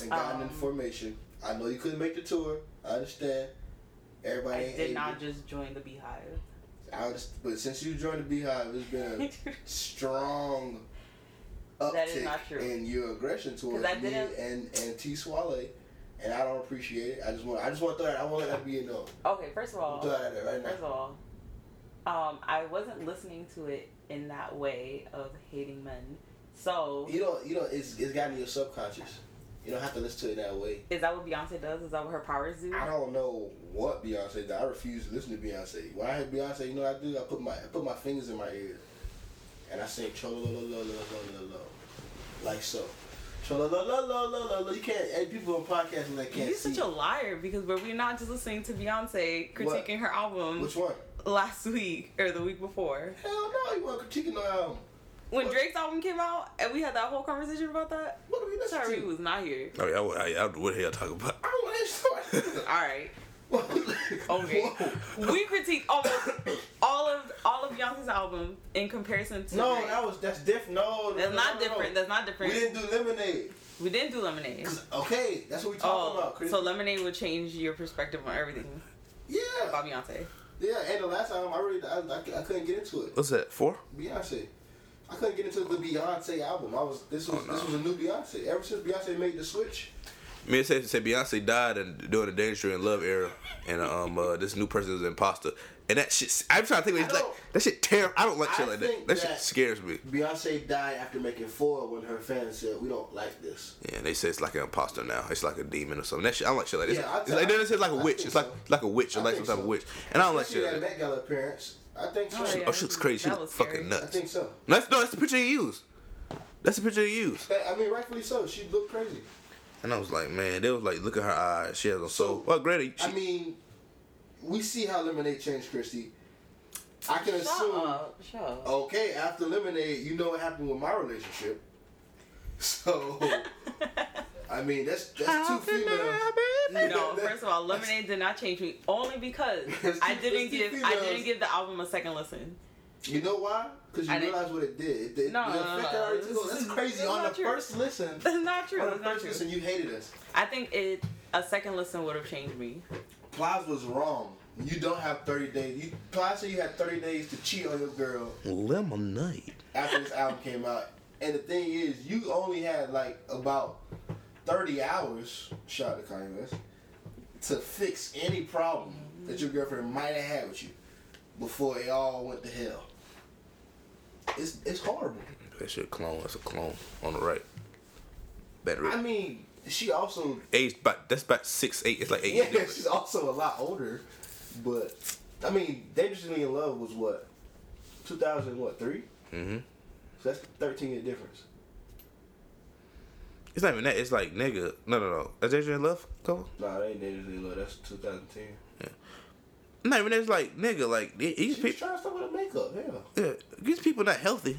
Speaker 1: and gotten
Speaker 3: Um,
Speaker 1: information. I know you couldn't make the tour. I understand. Everybody
Speaker 3: I
Speaker 1: ain't
Speaker 3: did
Speaker 1: able.
Speaker 3: not just join the Beehive.
Speaker 1: I just, but since you joined the Beehive, it's been a strong
Speaker 3: That is not
Speaker 1: uptick
Speaker 3: true.
Speaker 1: in your aggression towards
Speaker 3: 'Cause I
Speaker 1: me
Speaker 3: didn't-
Speaker 1: and and T Swale, and I don't appreciate it. I just want I just want to throw that I want to let that be a no.
Speaker 3: Okay, first of all,
Speaker 1: Throw that out there right now.
Speaker 3: First of all, um, I wasn't listening to it in that way of hating men. So
Speaker 1: You don't you don't it's it's got in your subconscious. You don't have to listen to it that way.
Speaker 3: is that what Beyonce does? Is that what her powers do?
Speaker 1: I don't know what Beyonce did. I refuse to listen to Beyonce. When I hear Beyonce, you know what I do? I put my I put my fingers in my ears, and I sing chololololololololo, like so. Cholololololololo. You can't. Hey, people on podcasting that can't
Speaker 3: You're
Speaker 1: see.
Speaker 3: such a liar because we're we're not just listening to Beyonce critiquing her album
Speaker 1: Which one?
Speaker 3: last week or the week before.
Speaker 1: Hell no, you want critiquing um, the album?
Speaker 3: When
Speaker 1: What?
Speaker 3: Drake's album came out and we had that whole conversation about that,
Speaker 1: What do we listen
Speaker 3: Sorry,
Speaker 1: to?
Speaker 3: was not here.
Speaker 2: I mean, I, would- I, I, what the hell talking about?
Speaker 1: I don't want to
Speaker 3: All right. Okay.
Speaker 1: Whoa.
Speaker 3: We critique almost all of all of Beyonce's album in comparison to
Speaker 1: No,
Speaker 3: Drake.
Speaker 1: that was that's different. No, no,
Speaker 3: That's
Speaker 1: no, no,
Speaker 3: not
Speaker 1: no.
Speaker 3: different. That's not
Speaker 1: We
Speaker 3: different.
Speaker 1: didn't do lemonade.
Speaker 3: We didn't do lemonade.
Speaker 1: 'Cause- Okay, that's what we talking
Speaker 3: Oh,
Speaker 1: about. Chris.
Speaker 3: so lemonade would change your perspective on everything
Speaker 1: yeah.
Speaker 3: about Beyonce.
Speaker 1: Yeah, and the last album I really I, I, I couldn't get into it.
Speaker 2: What's that? Four?
Speaker 1: Beyonce. I couldn't get into the Beyonce album. I was this was
Speaker 2: Oh, no.
Speaker 1: this was a new Beyonce. Ever since Beyonce made the switch,
Speaker 2: Me and Safety said Beyonce died in, during the Danger and Love era, and um, uh, this new person is an imposter. And that shit, I'm trying to think.
Speaker 1: I
Speaker 2: It's like
Speaker 1: don't-
Speaker 2: that shit terror. I don't like shit
Speaker 1: I
Speaker 2: like
Speaker 1: think
Speaker 2: that. That
Speaker 1: that-
Speaker 2: shit scares me.
Speaker 1: Beyonce died after making four when her fans said we don't like this.
Speaker 2: Yeah, and they say it's like an imposter now. It's like a demon or something. That shit, I don't like shit like this.
Speaker 1: Yeah, I-
Speaker 2: it's like, then it's like a
Speaker 1: I
Speaker 2: witch.
Speaker 1: think
Speaker 2: It's like
Speaker 1: so.
Speaker 2: like a witch.
Speaker 1: I
Speaker 2: Or like some
Speaker 1: think
Speaker 2: type of
Speaker 1: so.
Speaker 2: witch. And I don't like shit
Speaker 1: Especially that
Speaker 2: like
Speaker 1: Met
Speaker 2: that.
Speaker 1: Gala appearance. I think so.
Speaker 3: Oh, yeah.
Speaker 2: Oh, she looks crazy. She
Speaker 3: That
Speaker 2: looks
Speaker 3: was
Speaker 2: fucking
Speaker 1: I
Speaker 2: nuts.
Speaker 1: think so.
Speaker 2: That's no, that's the picture you use. That's the picture you use.
Speaker 1: That- I mean, rightfully so. She looked crazy.
Speaker 2: And I was like, man, they was like, look at her eyes. She has a soul. Well, granted, she,
Speaker 1: I mean, we see how Lemonade changed Christy. I can
Speaker 3: Shut
Speaker 1: assume.
Speaker 3: up. Shut up.
Speaker 1: Okay, after Lemonade, you know what happened with my relationship. So, I mean, that's that's two females.
Speaker 3: No, first of all, Lemonade did not change me only because
Speaker 1: That's
Speaker 3: I
Speaker 1: too- that's
Speaker 3: didn't
Speaker 1: too
Speaker 3: give I
Speaker 1: females.
Speaker 3: didn't give the album a second listen.
Speaker 1: You know why? Because you
Speaker 3: I didn't-
Speaker 1: realize what it did. It, it,
Speaker 3: No,
Speaker 1: the effect
Speaker 3: no, no,
Speaker 1: that
Speaker 3: no,
Speaker 1: already
Speaker 3: this
Speaker 1: took on-
Speaker 3: is-
Speaker 1: That's
Speaker 3: this
Speaker 1: crazy.
Speaker 3: is
Speaker 1: on the
Speaker 3: not true.
Speaker 1: first listen,
Speaker 3: That's not true.
Speaker 1: on the
Speaker 3: That's not
Speaker 1: first
Speaker 3: true.
Speaker 1: listen, you hated us.
Speaker 3: I think it a second listen would have changed me.
Speaker 1: Plies was wrong. You don't have 30 days. You, Plies said you had 30 days to cheat on your girl
Speaker 2: lemonade.
Speaker 1: after this album came out. And the thing is, you only had like about 30 hours, shout out to Kanye West, to fix any problem that your girlfriend might have had with you before it all went to hell. It's, it's horrible.
Speaker 2: That shit clone. That's a clone on the right. Battery.
Speaker 1: I mean, she also,
Speaker 2: Age, but that's about six eight. It's like eight.
Speaker 1: yeah,
Speaker 2: years difference.
Speaker 1: she's also a lot older, but I mean, Dangerously in Love was what, 2000, what, three?
Speaker 2: Mhm.
Speaker 1: So that's 13 year difference.
Speaker 2: It's not even that. It's like nigga. No, no, no. That's Adrian Love cover.
Speaker 1: Nah, that ain't Dangerously in Love, that's 2010.
Speaker 2: Not even. That's like nigga. Like th- these
Speaker 1: She's trying
Speaker 2: people.
Speaker 1: to stop with her makeup, yeah.
Speaker 2: Yeah, these people not healthy.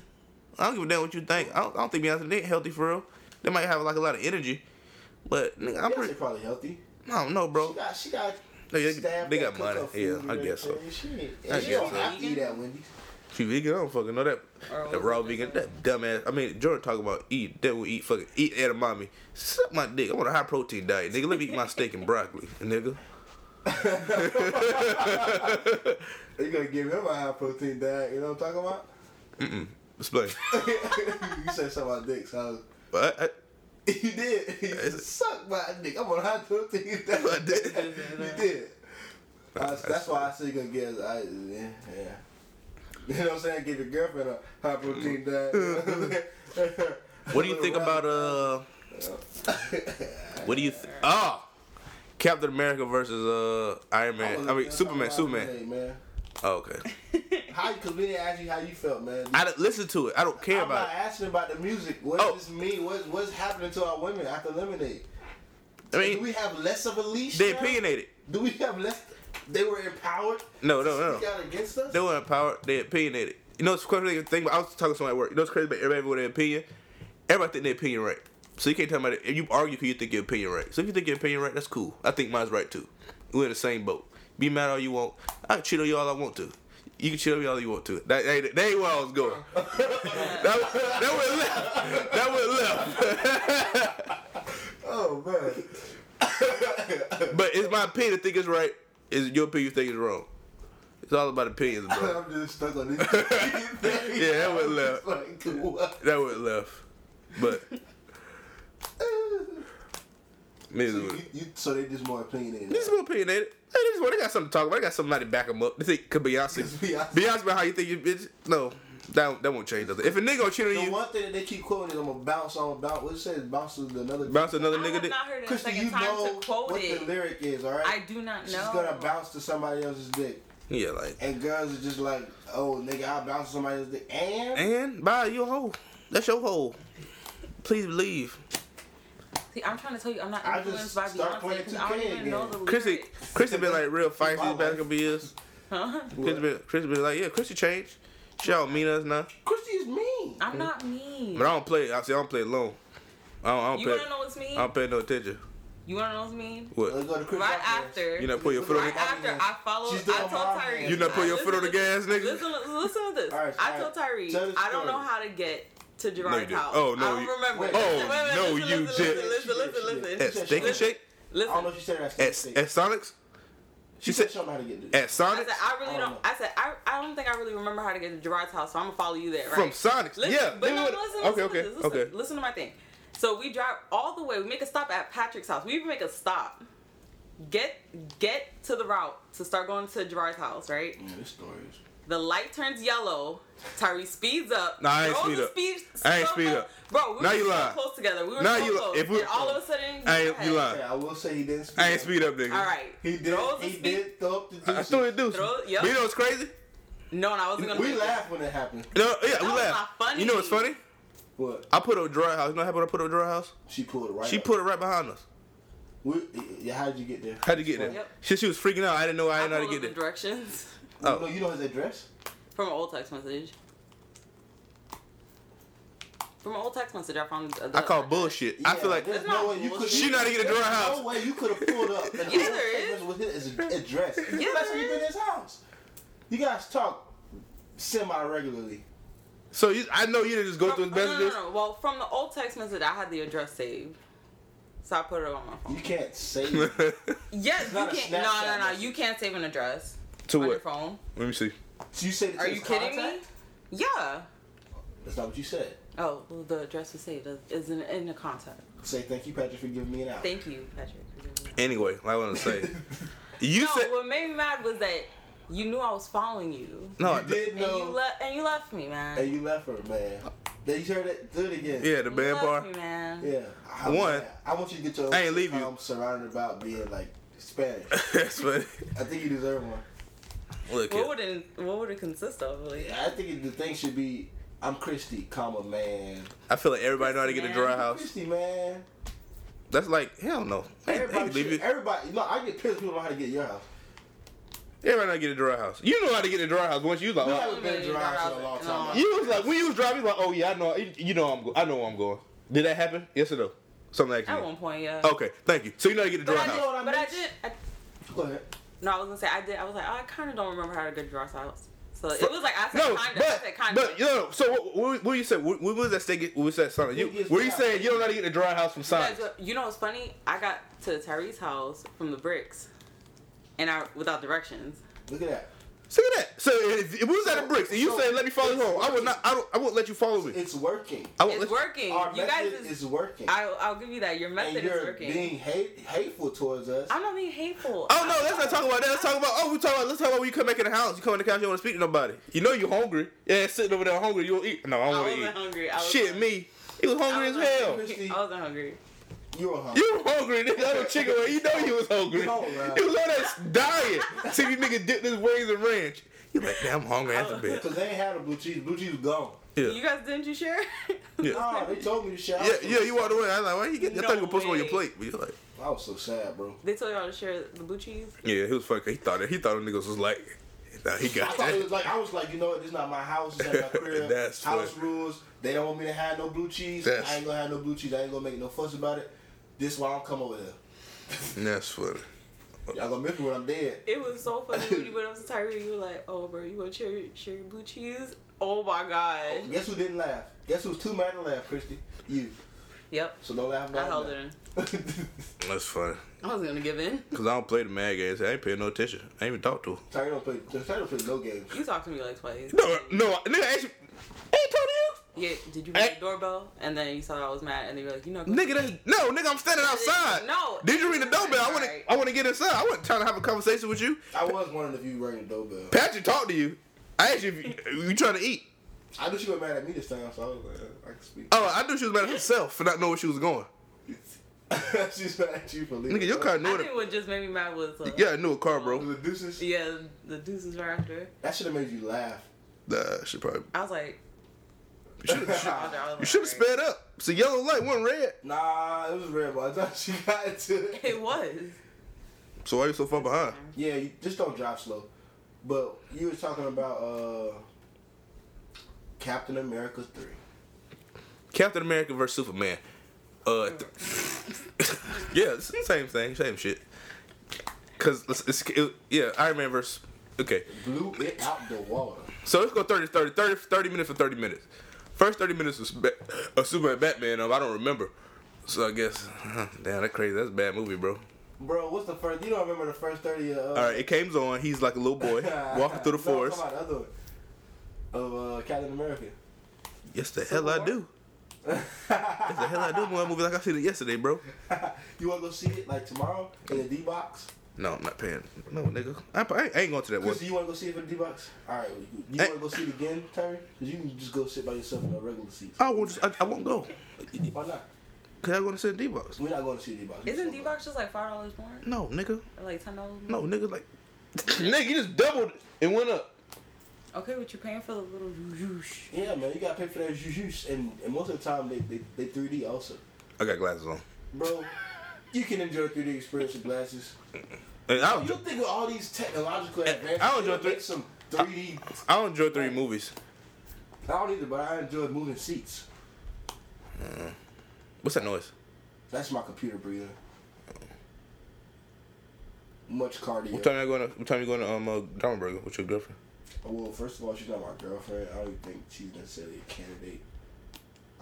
Speaker 2: I don't give a damn what you think. I don't, I don't think Beyonce they healthy for real. They might have like a lot of energy, but nigga, I'm
Speaker 1: Beyonce
Speaker 2: pretty.
Speaker 1: probably healthy.
Speaker 2: I don't know, bro.
Speaker 1: She got, she got.
Speaker 2: They- they-
Speaker 1: staff
Speaker 2: they
Speaker 1: that
Speaker 2: got
Speaker 1: cook
Speaker 2: money.
Speaker 1: her food and
Speaker 2: Yeah, I guess so.
Speaker 1: everything. She, ain't-
Speaker 2: I
Speaker 1: and she
Speaker 2: guess
Speaker 1: don't
Speaker 2: so.
Speaker 1: have to eat at Wendy's.
Speaker 2: She vegan? I don't fucking know that.
Speaker 3: Or
Speaker 2: That
Speaker 3: was
Speaker 2: raw
Speaker 3: it
Speaker 2: vegan,
Speaker 3: just
Speaker 2: that dumbass. I mean, Jordan talking about eat, that will eat fucking eat edamame. Suck my dick. I want a high protein diet, nigga. Let me eat my steak and broccoli, nigga.
Speaker 1: They gonna give him a high protein diet. You know what I'm talking about?
Speaker 2: Explain.
Speaker 1: you said something about dicks. So
Speaker 2: But I, I,
Speaker 1: you did. You
Speaker 2: Is it-
Speaker 1: suck my dick. I'm on a high protein diet.
Speaker 2: I did.
Speaker 1: you did. I-
Speaker 2: That's-
Speaker 1: that's why I say you gonna give. I, yeah, yeah. You know what I'm saying? Give your girlfriend a high protein diet.
Speaker 2: what do you think about uh? What do you? Th- ah, Captain America versus uh Iron Man. I mean Superman. Superman.
Speaker 1: man.
Speaker 2: Oh, okay.
Speaker 1: How? Because we didn't ask you how you felt, man.
Speaker 2: I don't listen to it. I don't care
Speaker 1: I'm
Speaker 2: about
Speaker 1: not
Speaker 2: it.
Speaker 1: asking about the music. What
Speaker 2: Oh.
Speaker 1: does this mean? What, what's happening to our women after Lemonade?
Speaker 2: I
Speaker 1: do
Speaker 2: mean,
Speaker 1: we have less of a leash?
Speaker 2: they
Speaker 1: now?
Speaker 2: opinionated.
Speaker 1: Do we have less? They were empowered.
Speaker 2: No, no, no.
Speaker 1: Speak out against us.
Speaker 2: Oh. They were empowered. They opinionated. You know what's crazy thing? about- I was talking to someone at work. You know what's crazy about everybody with their opinion? Everybody think their opinion right. So you can't tell me that if you argue because you think your opinion right. So if you think your opinion right, that's cool. I think mine's right too. We're in the same boat. Be mad all you want. I can cheat on you all I want to. You can cheat on me all you want to. That, that, that ain't where I was going. that, that went left. That went left.
Speaker 1: oh man.
Speaker 2: But it's my opinion to think it's right. Is your opinion you think is wrong. It's all about opinions, bro.
Speaker 1: I'm just stuck on this. thing.
Speaker 2: Yeah, that went
Speaker 1: I'm
Speaker 2: left.
Speaker 1: just Like, what?
Speaker 2: that went left, but man,
Speaker 1: So, you, you, so they just more opinionated.
Speaker 2: this is more opinionated. Hey, this is what they got something to talk about. They got somebody to back them up. They think could Beyonce.
Speaker 1: It's Beyonce.
Speaker 2: Beyonce about how you think you bitch. No, that that won't change nothing. If a nigga gonna cheat on
Speaker 1: The
Speaker 2: you,
Speaker 1: one thing that they keep quoting is I'm gonna bounce on bounce. What it says bounce to another.
Speaker 2: bounce another
Speaker 3: I
Speaker 2: nigga.
Speaker 3: have
Speaker 2: dick.
Speaker 3: not heard it a
Speaker 1: Christy,
Speaker 3: second
Speaker 1: you
Speaker 3: time
Speaker 1: know
Speaker 3: to quote
Speaker 1: what the
Speaker 3: it.
Speaker 1: lyric is, all right?
Speaker 3: I do not know.
Speaker 1: She's gonna bounce to somebody else's dick,
Speaker 2: Yeah, like
Speaker 1: and girls are just like, "Oh, nigga, I bounce to somebody else's dick." And,
Speaker 2: and bye, you a hoe. That's your hoe. Please leave,
Speaker 3: See, I'm trying to tell you, I'm not
Speaker 1: I
Speaker 3: influenced
Speaker 1: just
Speaker 3: by
Speaker 1: start
Speaker 3: Beyonce
Speaker 1: playing
Speaker 3: because I don't
Speaker 1: 2K
Speaker 3: even know
Speaker 1: again.
Speaker 3: the lyrics.
Speaker 2: Chrissy. Chrissy been like real feisty
Speaker 1: My
Speaker 2: the past
Speaker 1: life.
Speaker 2: couple years.
Speaker 3: Huh?
Speaker 2: Chrissy been, Chrissy been like yeah, Chrissy changed. She don't mean us now.
Speaker 1: Christy is mean.
Speaker 3: I'm not mean.
Speaker 2: But I don't play. I see. I don't play alone. I don't, I
Speaker 3: You
Speaker 2: don't
Speaker 3: wanna
Speaker 2: pay.
Speaker 3: know what's mean?
Speaker 2: I don't pay no attention.
Speaker 3: You wanna know what's mean?
Speaker 2: What?
Speaker 1: Let's go to Chris
Speaker 3: Right
Speaker 1: Rock dance.
Speaker 3: after.
Speaker 2: You not put your foot on
Speaker 3: Right
Speaker 2: the.
Speaker 3: after I follow, I
Speaker 1: She's doing
Speaker 3: told
Speaker 1: mom
Speaker 3: Tyrese.
Speaker 1: hands.
Speaker 2: You not put your
Speaker 3: Listen
Speaker 2: foot on the
Speaker 3: to this.
Speaker 2: gas, nigga.
Speaker 3: Listen, listen to this.
Speaker 1: All right,
Speaker 3: I
Speaker 1: all
Speaker 3: told
Speaker 1: right.
Speaker 3: Tyrese,
Speaker 1: Tell the
Speaker 3: I don't know
Speaker 1: story.
Speaker 3: how to get to
Speaker 2: you
Speaker 3: Gerard's
Speaker 2: didn't.
Speaker 3: house.
Speaker 2: Oh, no,
Speaker 3: I don't
Speaker 2: you-
Speaker 3: remember.
Speaker 1: Wait.
Speaker 2: Oh, no, you
Speaker 3: listen,
Speaker 2: did.
Speaker 1: She did, she
Speaker 3: Listen, listen, listen,
Speaker 1: did.
Speaker 2: At
Speaker 3: listen.
Speaker 1: said
Speaker 2: Steak
Speaker 1: something.
Speaker 2: and Shake.
Speaker 1: I don't know
Speaker 3: Listen.
Speaker 1: if she said that.
Speaker 2: At at Sonics.
Speaker 1: she
Speaker 2: She
Speaker 1: said
Speaker 2: said
Speaker 1: she don't know how to get this.
Speaker 2: at Sonics
Speaker 3: I said, I
Speaker 1: I
Speaker 3: really don't.
Speaker 1: don't know.
Speaker 3: I said, I, I don't think I really remember how to get to Gerard's house, so I'm gonna follow you there, right?
Speaker 2: from Sonics.
Speaker 3: Listen,
Speaker 2: Yeah.
Speaker 3: but
Speaker 2: they
Speaker 3: no,
Speaker 2: would-
Speaker 3: listen, listen,
Speaker 2: Okay. Okay.
Speaker 3: listen,
Speaker 2: Okay.
Speaker 3: Listen, listen to my thing. So we drive all the way. We make a stop at Patrick's house. We even make a stop. Get get to the route to start going to Gerard's house, right?
Speaker 1: Man, this story is.
Speaker 3: The light turns yellow. Tyree speeds up.
Speaker 2: Nah, I ain't
Speaker 3: throws
Speaker 2: speed
Speaker 3: the
Speaker 2: up.
Speaker 3: Speed,
Speaker 2: I ain't
Speaker 3: so
Speaker 2: speed
Speaker 3: close-
Speaker 2: up.
Speaker 3: Bro, we
Speaker 2: Now
Speaker 3: were
Speaker 2: you
Speaker 3: so
Speaker 2: lie.
Speaker 3: close together. We were
Speaker 2: Now
Speaker 3: so
Speaker 2: you lie.
Speaker 3: close.
Speaker 2: If we-
Speaker 3: and all of a sudden,
Speaker 2: I ain't-
Speaker 3: go ahead.
Speaker 2: you lie.
Speaker 1: Okay, I will say he didn't. Speak
Speaker 2: I ain't speed up, nigga.
Speaker 3: All right.
Speaker 1: He did.
Speaker 3: Throws the
Speaker 1: He
Speaker 3: speed-
Speaker 1: did throw up the
Speaker 2: I
Speaker 1: deuces.
Speaker 2: still didn't do.
Speaker 3: Throw- yeah.
Speaker 2: You know what's crazy?
Speaker 3: No, and I wasn't gonna.
Speaker 1: We
Speaker 3: make it.
Speaker 1: laugh when it happened.
Speaker 2: No, yeah, we
Speaker 3: was
Speaker 2: laugh.
Speaker 3: not funny.
Speaker 2: You know what's funny?
Speaker 1: What?
Speaker 2: I put up dry house. You know how I put up dry house?
Speaker 1: She pulled it right.
Speaker 2: She
Speaker 1: up.
Speaker 2: put it right behind us.
Speaker 1: We, yeah, how did you get there?
Speaker 2: How'd you get there?
Speaker 3: Yep.
Speaker 2: She, she was freaking out. I didn't know. I
Speaker 3: I
Speaker 2: didn't know how
Speaker 3: pulled
Speaker 2: to get
Speaker 3: up
Speaker 2: there.
Speaker 3: the directions
Speaker 1: Oh.
Speaker 2: Oh.
Speaker 1: No, you know his address.
Speaker 3: from an old text message. From an old text message, I found. the-
Speaker 2: I call bullshit. I feel
Speaker 1: Yeah,
Speaker 2: like
Speaker 1: there's
Speaker 3: That's
Speaker 1: no
Speaker 3: not
Speaker 1: way you could.
Speaker 3: bullshit.
Speaker 2: She not even at
Speaker 1: there's
Speaker 2: your house.
Speaker 1: No way you could have pulled up. And
Speaker 3: Yeah,
Speaker 1: pulled
Speaker 3: there
Speaker 1: up
Speaker 3: is.
Speaker 1: With his ad- address.
Speaker 3: Yeah,
Speaker 1: That's
Speaker 3: there
Speaker 1: you been in his house. You guys talk semi regularly.
Speaker 2: so. You, I know you didn't just go through
Speaker 3: From-
Speaker 2: his
Speaker 3: no, no,
Speaker 2: messages.
Speaker 3: no, no. Well, from the old text message, I had the address saved, so I put it on my phone.
Speaker 1: You can't say. it.
Speaker 3: Yes, you
Speaker 1: not a
Speaker 3: can't. No, no,
Speaker 1: Snapchat
Speaker 3: no.
Speaker 1: message.
Speaker 3: You can't save an address
Speaker 2: to
Speaker 3: on your
Speaker 2: what?
Speaker 3: phone.
Speaker 2: Let me see.
Speaker 1: So you said it to
Speaker 3: Are
Speaker 1: his
Speaker 3: you kidding me?
Speaker 1: contact?
Speaker 3: Yeah.
Speaker 1: That's not what you said.
Speaker 3: Oh, well, the address was saved. It- It's in, in the contact.
Speaker 1: Say thank you, Patrick, for giving me an out.
Speaker 3: Thank you, Patrick. for giving me that.
Speaker 2: Anyway, like I want to say. You
Speaker 3: No,
Speaker 2: said
Speaker 3: what made me mad was that you knew I was following you,
Speaker 2: no.
Speaker 1: you did
Speaker 3: and you
Speaker 1: know,
Speaker 3: left, and you left me, man.
Speaker 1: and you left her, man. Then you heard it. Do it again.
Speaker 2: yeah, the
Speaker 3: You
Speaker 2: band
Speaker 3: left
Speaker 2: bar.
Speaker 3: me, man.
Speaker 1: Yeah. I-
Speaker 2: One.
Speaker 1: I want you to get your.
Speaker 2: I ain't leave you.
Speaker 1: I'm surrounded about being like Spanish.
Speaker 2: That's funny.
Speaker 1: I think you deserve one.
Speaker 2: Look.
Speaker 3: What
Speaker 2: Here.
Speaker 3: would it What would it consist of? Like,
Speaker 1: I think the thing should be I'm Christy, comma man.
Speaker 2: I feel like everybody know how to get a dry house.
Speaker 1: Christy, man.
Speaker 2: That's like hell no. Hey, hey,
Speaker 1: Everybody,
Speaker 2: leave
Speaker 1: should,
Speaker 2: it.
Speaker 1: everybody. No, I get pissed. People don't know how to get your house.
Speaker 2: Everybody know how to get a dry house. You know how to get a dry house once you like.
Speaker 1: We
Speaker 2: oh,
Speaker 1: haven't been to your house in a long time.
Speaker 2: You was like when you was driving, you like oh yeah, I know, you- you know I'm, go- I know where I'm going. Did that happen? Yes or no? Something like
Speaker 3: At
Speaker 2: that.
Speaker 3: one point, yeah.
Speaker 2: Okay, thank you. So you know how to get a
Speaker 3: But
Speaker 2: dry
Speaker 3: I
Speaker 1: know
Speaker 2: house.
Speaker 1: what I
Speaker 3: did. But I
Speaker 1: meant?
Speaker 3: did. I,
Speaker 1: Go ahead.
Speaker 3: no, I was gonna say I did. I was like, oh, I kind of don't remember how to get dry house. So
Speaker 2: But-
Speaker 3: it was like I said,
Speaker 2: No,
Speaker 3: kind of. I
Speaker 2: but
Speaker 3: said kind
Speaker 2: but
Speaker 3: of.
Speaker 2: you know. So what, what, what you said? What, what was that statement? What was that song? You,
Speaker 1: Who gets
Speaker 2: were you
Speaker 1: dry
Speaker 2: saying
Speaker 1: house?
Speaker 2: you don't know how to get a dry house from signs?
Speaker 3: Because, you know what's funny? I got to Tyree's house from the bricks, and I without directions.
Speaker 1: Look at that.
Speaker 2: See that? So if, if we was at the bricks and you
Speaker 1: So-
Speaker 2: say let me follow you
Speaker 1: it's-
Speaker 2: home, I would not. I don't. I won't let you follow me.
Speaker 1: It's working.
Speaker 2: I won't
Speaker 3: It's
Speaker 2: let
Speaker 3: working.
Speaker 1: Our
Speaker 3: you guys
Speaker 1: method
Speaker 3: is.
Speaker 1: is working.
Speaker 3: I'll, I'll give you that. Your
Speaker 1: and
Speaker 3: method is
Speaker 1: you're
Speaker 3: working.
Speaker 1: being hate, hateful towards us.
Speaker 3: I'm not being hateful.
Speaker 2: Oh no, let's not talk about that. Let's talk about oh we talk about let's talk about when you come back in the house. You come in the couch, you don't want to speak to nobody. You know you hungry. Yeah, sitting over there hungry. You don't eat. No, I
Speaker 3: I
Speaker 2: don't want to eat.
Speaker 3: wasn't hungry. I was
Speaker 2: Shit, me. He was hungry
Speaker 3: I
Speaker 2: as
Speaker 3: was
Speaker 1: hell.
Speaker 2: hell.
Speaker 3: I wasn't hungry.
Speaker 1: You're a hunk.
Speaker 2: You were hungry, nigga. I was chicken wing. You know you was hungry.
Speaker 1: No, man.
Speaker 2: You was on that diet. See, you nigga dipped his wings and ranch. You like, damn, I'm hungry after bed.
Speaker 1: Because they ain't had a blue cheese. Blue cheese was gone.
Speaker 3: Oh. You
Speaker 2: Yeah.
Speaker 3: guys didn't you share?
Speaker 2: Yeah.
Speaker 1: No, they told me to share. I
Speaker 2: Yeah,
Speaker 1: was so
Speaker 2: yeah, you
Speaker 1: sad.
Speaker 2: walked away. I was like, why you get? I
Speaker 3: No
Speaker 2: thought you were supposed to on your
Speaker 3: way.
Speaker 2: plate. But you're like,
Speaker 1: I was so sad, bro.
Speaker 3: they told y'all to share the blue cheese.
Speaker 2: yeah, he was fucking. He thought it. He thought the niggas was like, nah, he
Speaker 1: I
Speaker 2: got
Speaker 1: thought it
Speaker 2: that.
Speaker 1: was like I was like, you know what? This is not my house. This is not my crib.
Speaker 2: That's
Speaker 1: house
Speaker 2: funny.
Speaker 1: rules. They don't want me to have no blue cheese.
Speaker 2: That's-
Speaker 1: I ain't gonna have no blue cheese. I ain't gonna make no fuss about it. This why I'm come over there.
Speaker 2: That's funny.
Speaker 1: Y'all gonna miss me when I'm dead.
Speaker 3: It was so funny when you went up to Tyree. You were like, "Oh, bro, you want to share, share your blue cheese?" Oh my god.
Speaker 1: Guess who didn't laugh? Guess who's too mad to laugh, Christy? You.
Speaker 3: Yep.
Speaker 1: So don't laugh
Speaker 3: I
Speaker 1: about
Speaker 3: held it
Speaker 1: that.
Speaker 3: in.
Speaker 2: That's funny.
Speaker 3: I wasn't gonna give in.
Speaker 2: Cause I don't play the mad games. I ain't paying no attention. I ain't even talk to him.
Speaker 1: Tyre don't play. Tyre don't play no games.
Speaker 3: You talked to me like twice.
Speaker 2: No, no, nigga, I ain't, you- I ain't talk
Speaker 3: Yeah. Did you ring
Speaker 2: Hey.
Speaker 3: the doorbell? And then you saw I was mad, and then you were like, you know.
Speaker 2: to you. Nigga, that's, no, nigga, I'm standing outside.
Speaker 3: No.
Speaker 2: Did you ring the doorbell? I want
Speaker 3: Alright.
Speaker 2: to, I want to get inside. I wasn't trying to have a conversation with you.
Speaker 1: I was wondering if you rang the doorbell.
Speaker 2: Patrick talked to you. I asked you if you, you trying to eat.
Speaker 1: I knew she was mad at me this time, so I was like, uh, I can speak.
Speaker 2: Oh, I knew she was mad at herself for not knowing where she was going.
Speaker 1: She's mad at you for leaving.
Speaker 2: Nigga, your car
Speaker 3: I
Speaker 2: knew
Speaker 3: think
Speaker 2: it.
Speaker 3: what just made me mad was. Uh,
Speaker 2: Yeah, I knew a car, bro.
Speaker 1: The deuces.
Speaker 3: Yeah. The deuces right after.
Speaker 1: That should have made you laugh.
Speaker 2: Nah, she probably.
Speaker 3: I was like.
Speaker 2: You should
Speaker 3: I
Speaker 2: have
Speaker 3: was like,
Speaker 2: sped up. It's a yellow light, one red.
Speaker 1: Nah, it was red by the time she got into it.
Speaker 3: It was.
Speaker 2: So why you so far behind?
Speaker 1: Yeah, you just don't drive slow. But you were talking about uh Captain America three.
Speaker 2: Captain America versus Superman. Uh, th- yeah, it's the same thing, same shit. Cause it's, it's it, yeah, Iron Man versus okay.
Speaker 1: Blew it out the water.
Speaker 2: So let's go 30, 30, 30, 30 minutes for 30 minutes. First 30 minutes was ba- of Superman Batman, um, I don't remember. So I guess, damn, that crazy. That's a bad movie, bro.
Speaker 1: Bro, what's the first? You don't remember the first thirty? Uh,
Speaker 2: All right, it came on. He's like a little boy
Speaker 1: Ah,
Speaker 2: walking through the
Speaker 1: No, I'm
Speaker 2: forest.
Speaker 1: talking about the other one of uh, Captain America.
Speaker 2: Yes, the hell I do. Yes, the hell I do. One movie like I seen it yesterday, bro.
Speaker 1: you want to go see it like tomorrow in the D box?
Speaker 2: No, I'm not paying. No, nigga, I, I ain't going to that one.
Speaker 1: Chris, do you want to go see it for the D box? All right, you, you
Speaker 2: Hey.
Speaker 1: want to go see it again, Terry? Because you can just go sit by yourself in a regular seat.
Speaker 2: I won't. Just, I, I won't go.
Speaker 1: Why not?
Speaker 2: Cause I want to sit D box.
Speaker 1: We're not going to see D box.
Speaker 3: Isn't D box just like five dollars more?
Speaker 2: No, nigga.
Speaker 3: Or like ten dollars more?
Speaker 2: No, nigga. Like, nigga, you just doubled and went up.
Speaker 3: Okay, but you're paying for the little zhuzh.
Speaker 1: Yeah, man, you gotta pay for that juice, and, and most of the time they, they, they 3D also.
Speaker 2: I got glasses on.
Speaker 1: Bro, you can enjoy 3D experience with glasses.
Speaker 2: And I
Speaker 1: You
Speaker 2: don't.
Speaker 1: think with all these technological advances,
Speaker 2: I don't enjoy
Speaker 1: it'll
Speaker 2: three-
Speaker 1: make some 3D.
Speaker 2: I don't enjoy three movies.
Speaker 1: I don't either, but I enjoy moving seats.
Speaker 2: What's that noise?
Speaker 1: That's my computer breathing. Much
Speaker 2: What
Speaker 1: cardio.
Speaker 2: time you going? To, what time you going to um uh, Diamond Burger with your girlfriend?
Speaker 1: Well, first of all, she's not my girlfriend. I don't even think she's necessarily a candidate.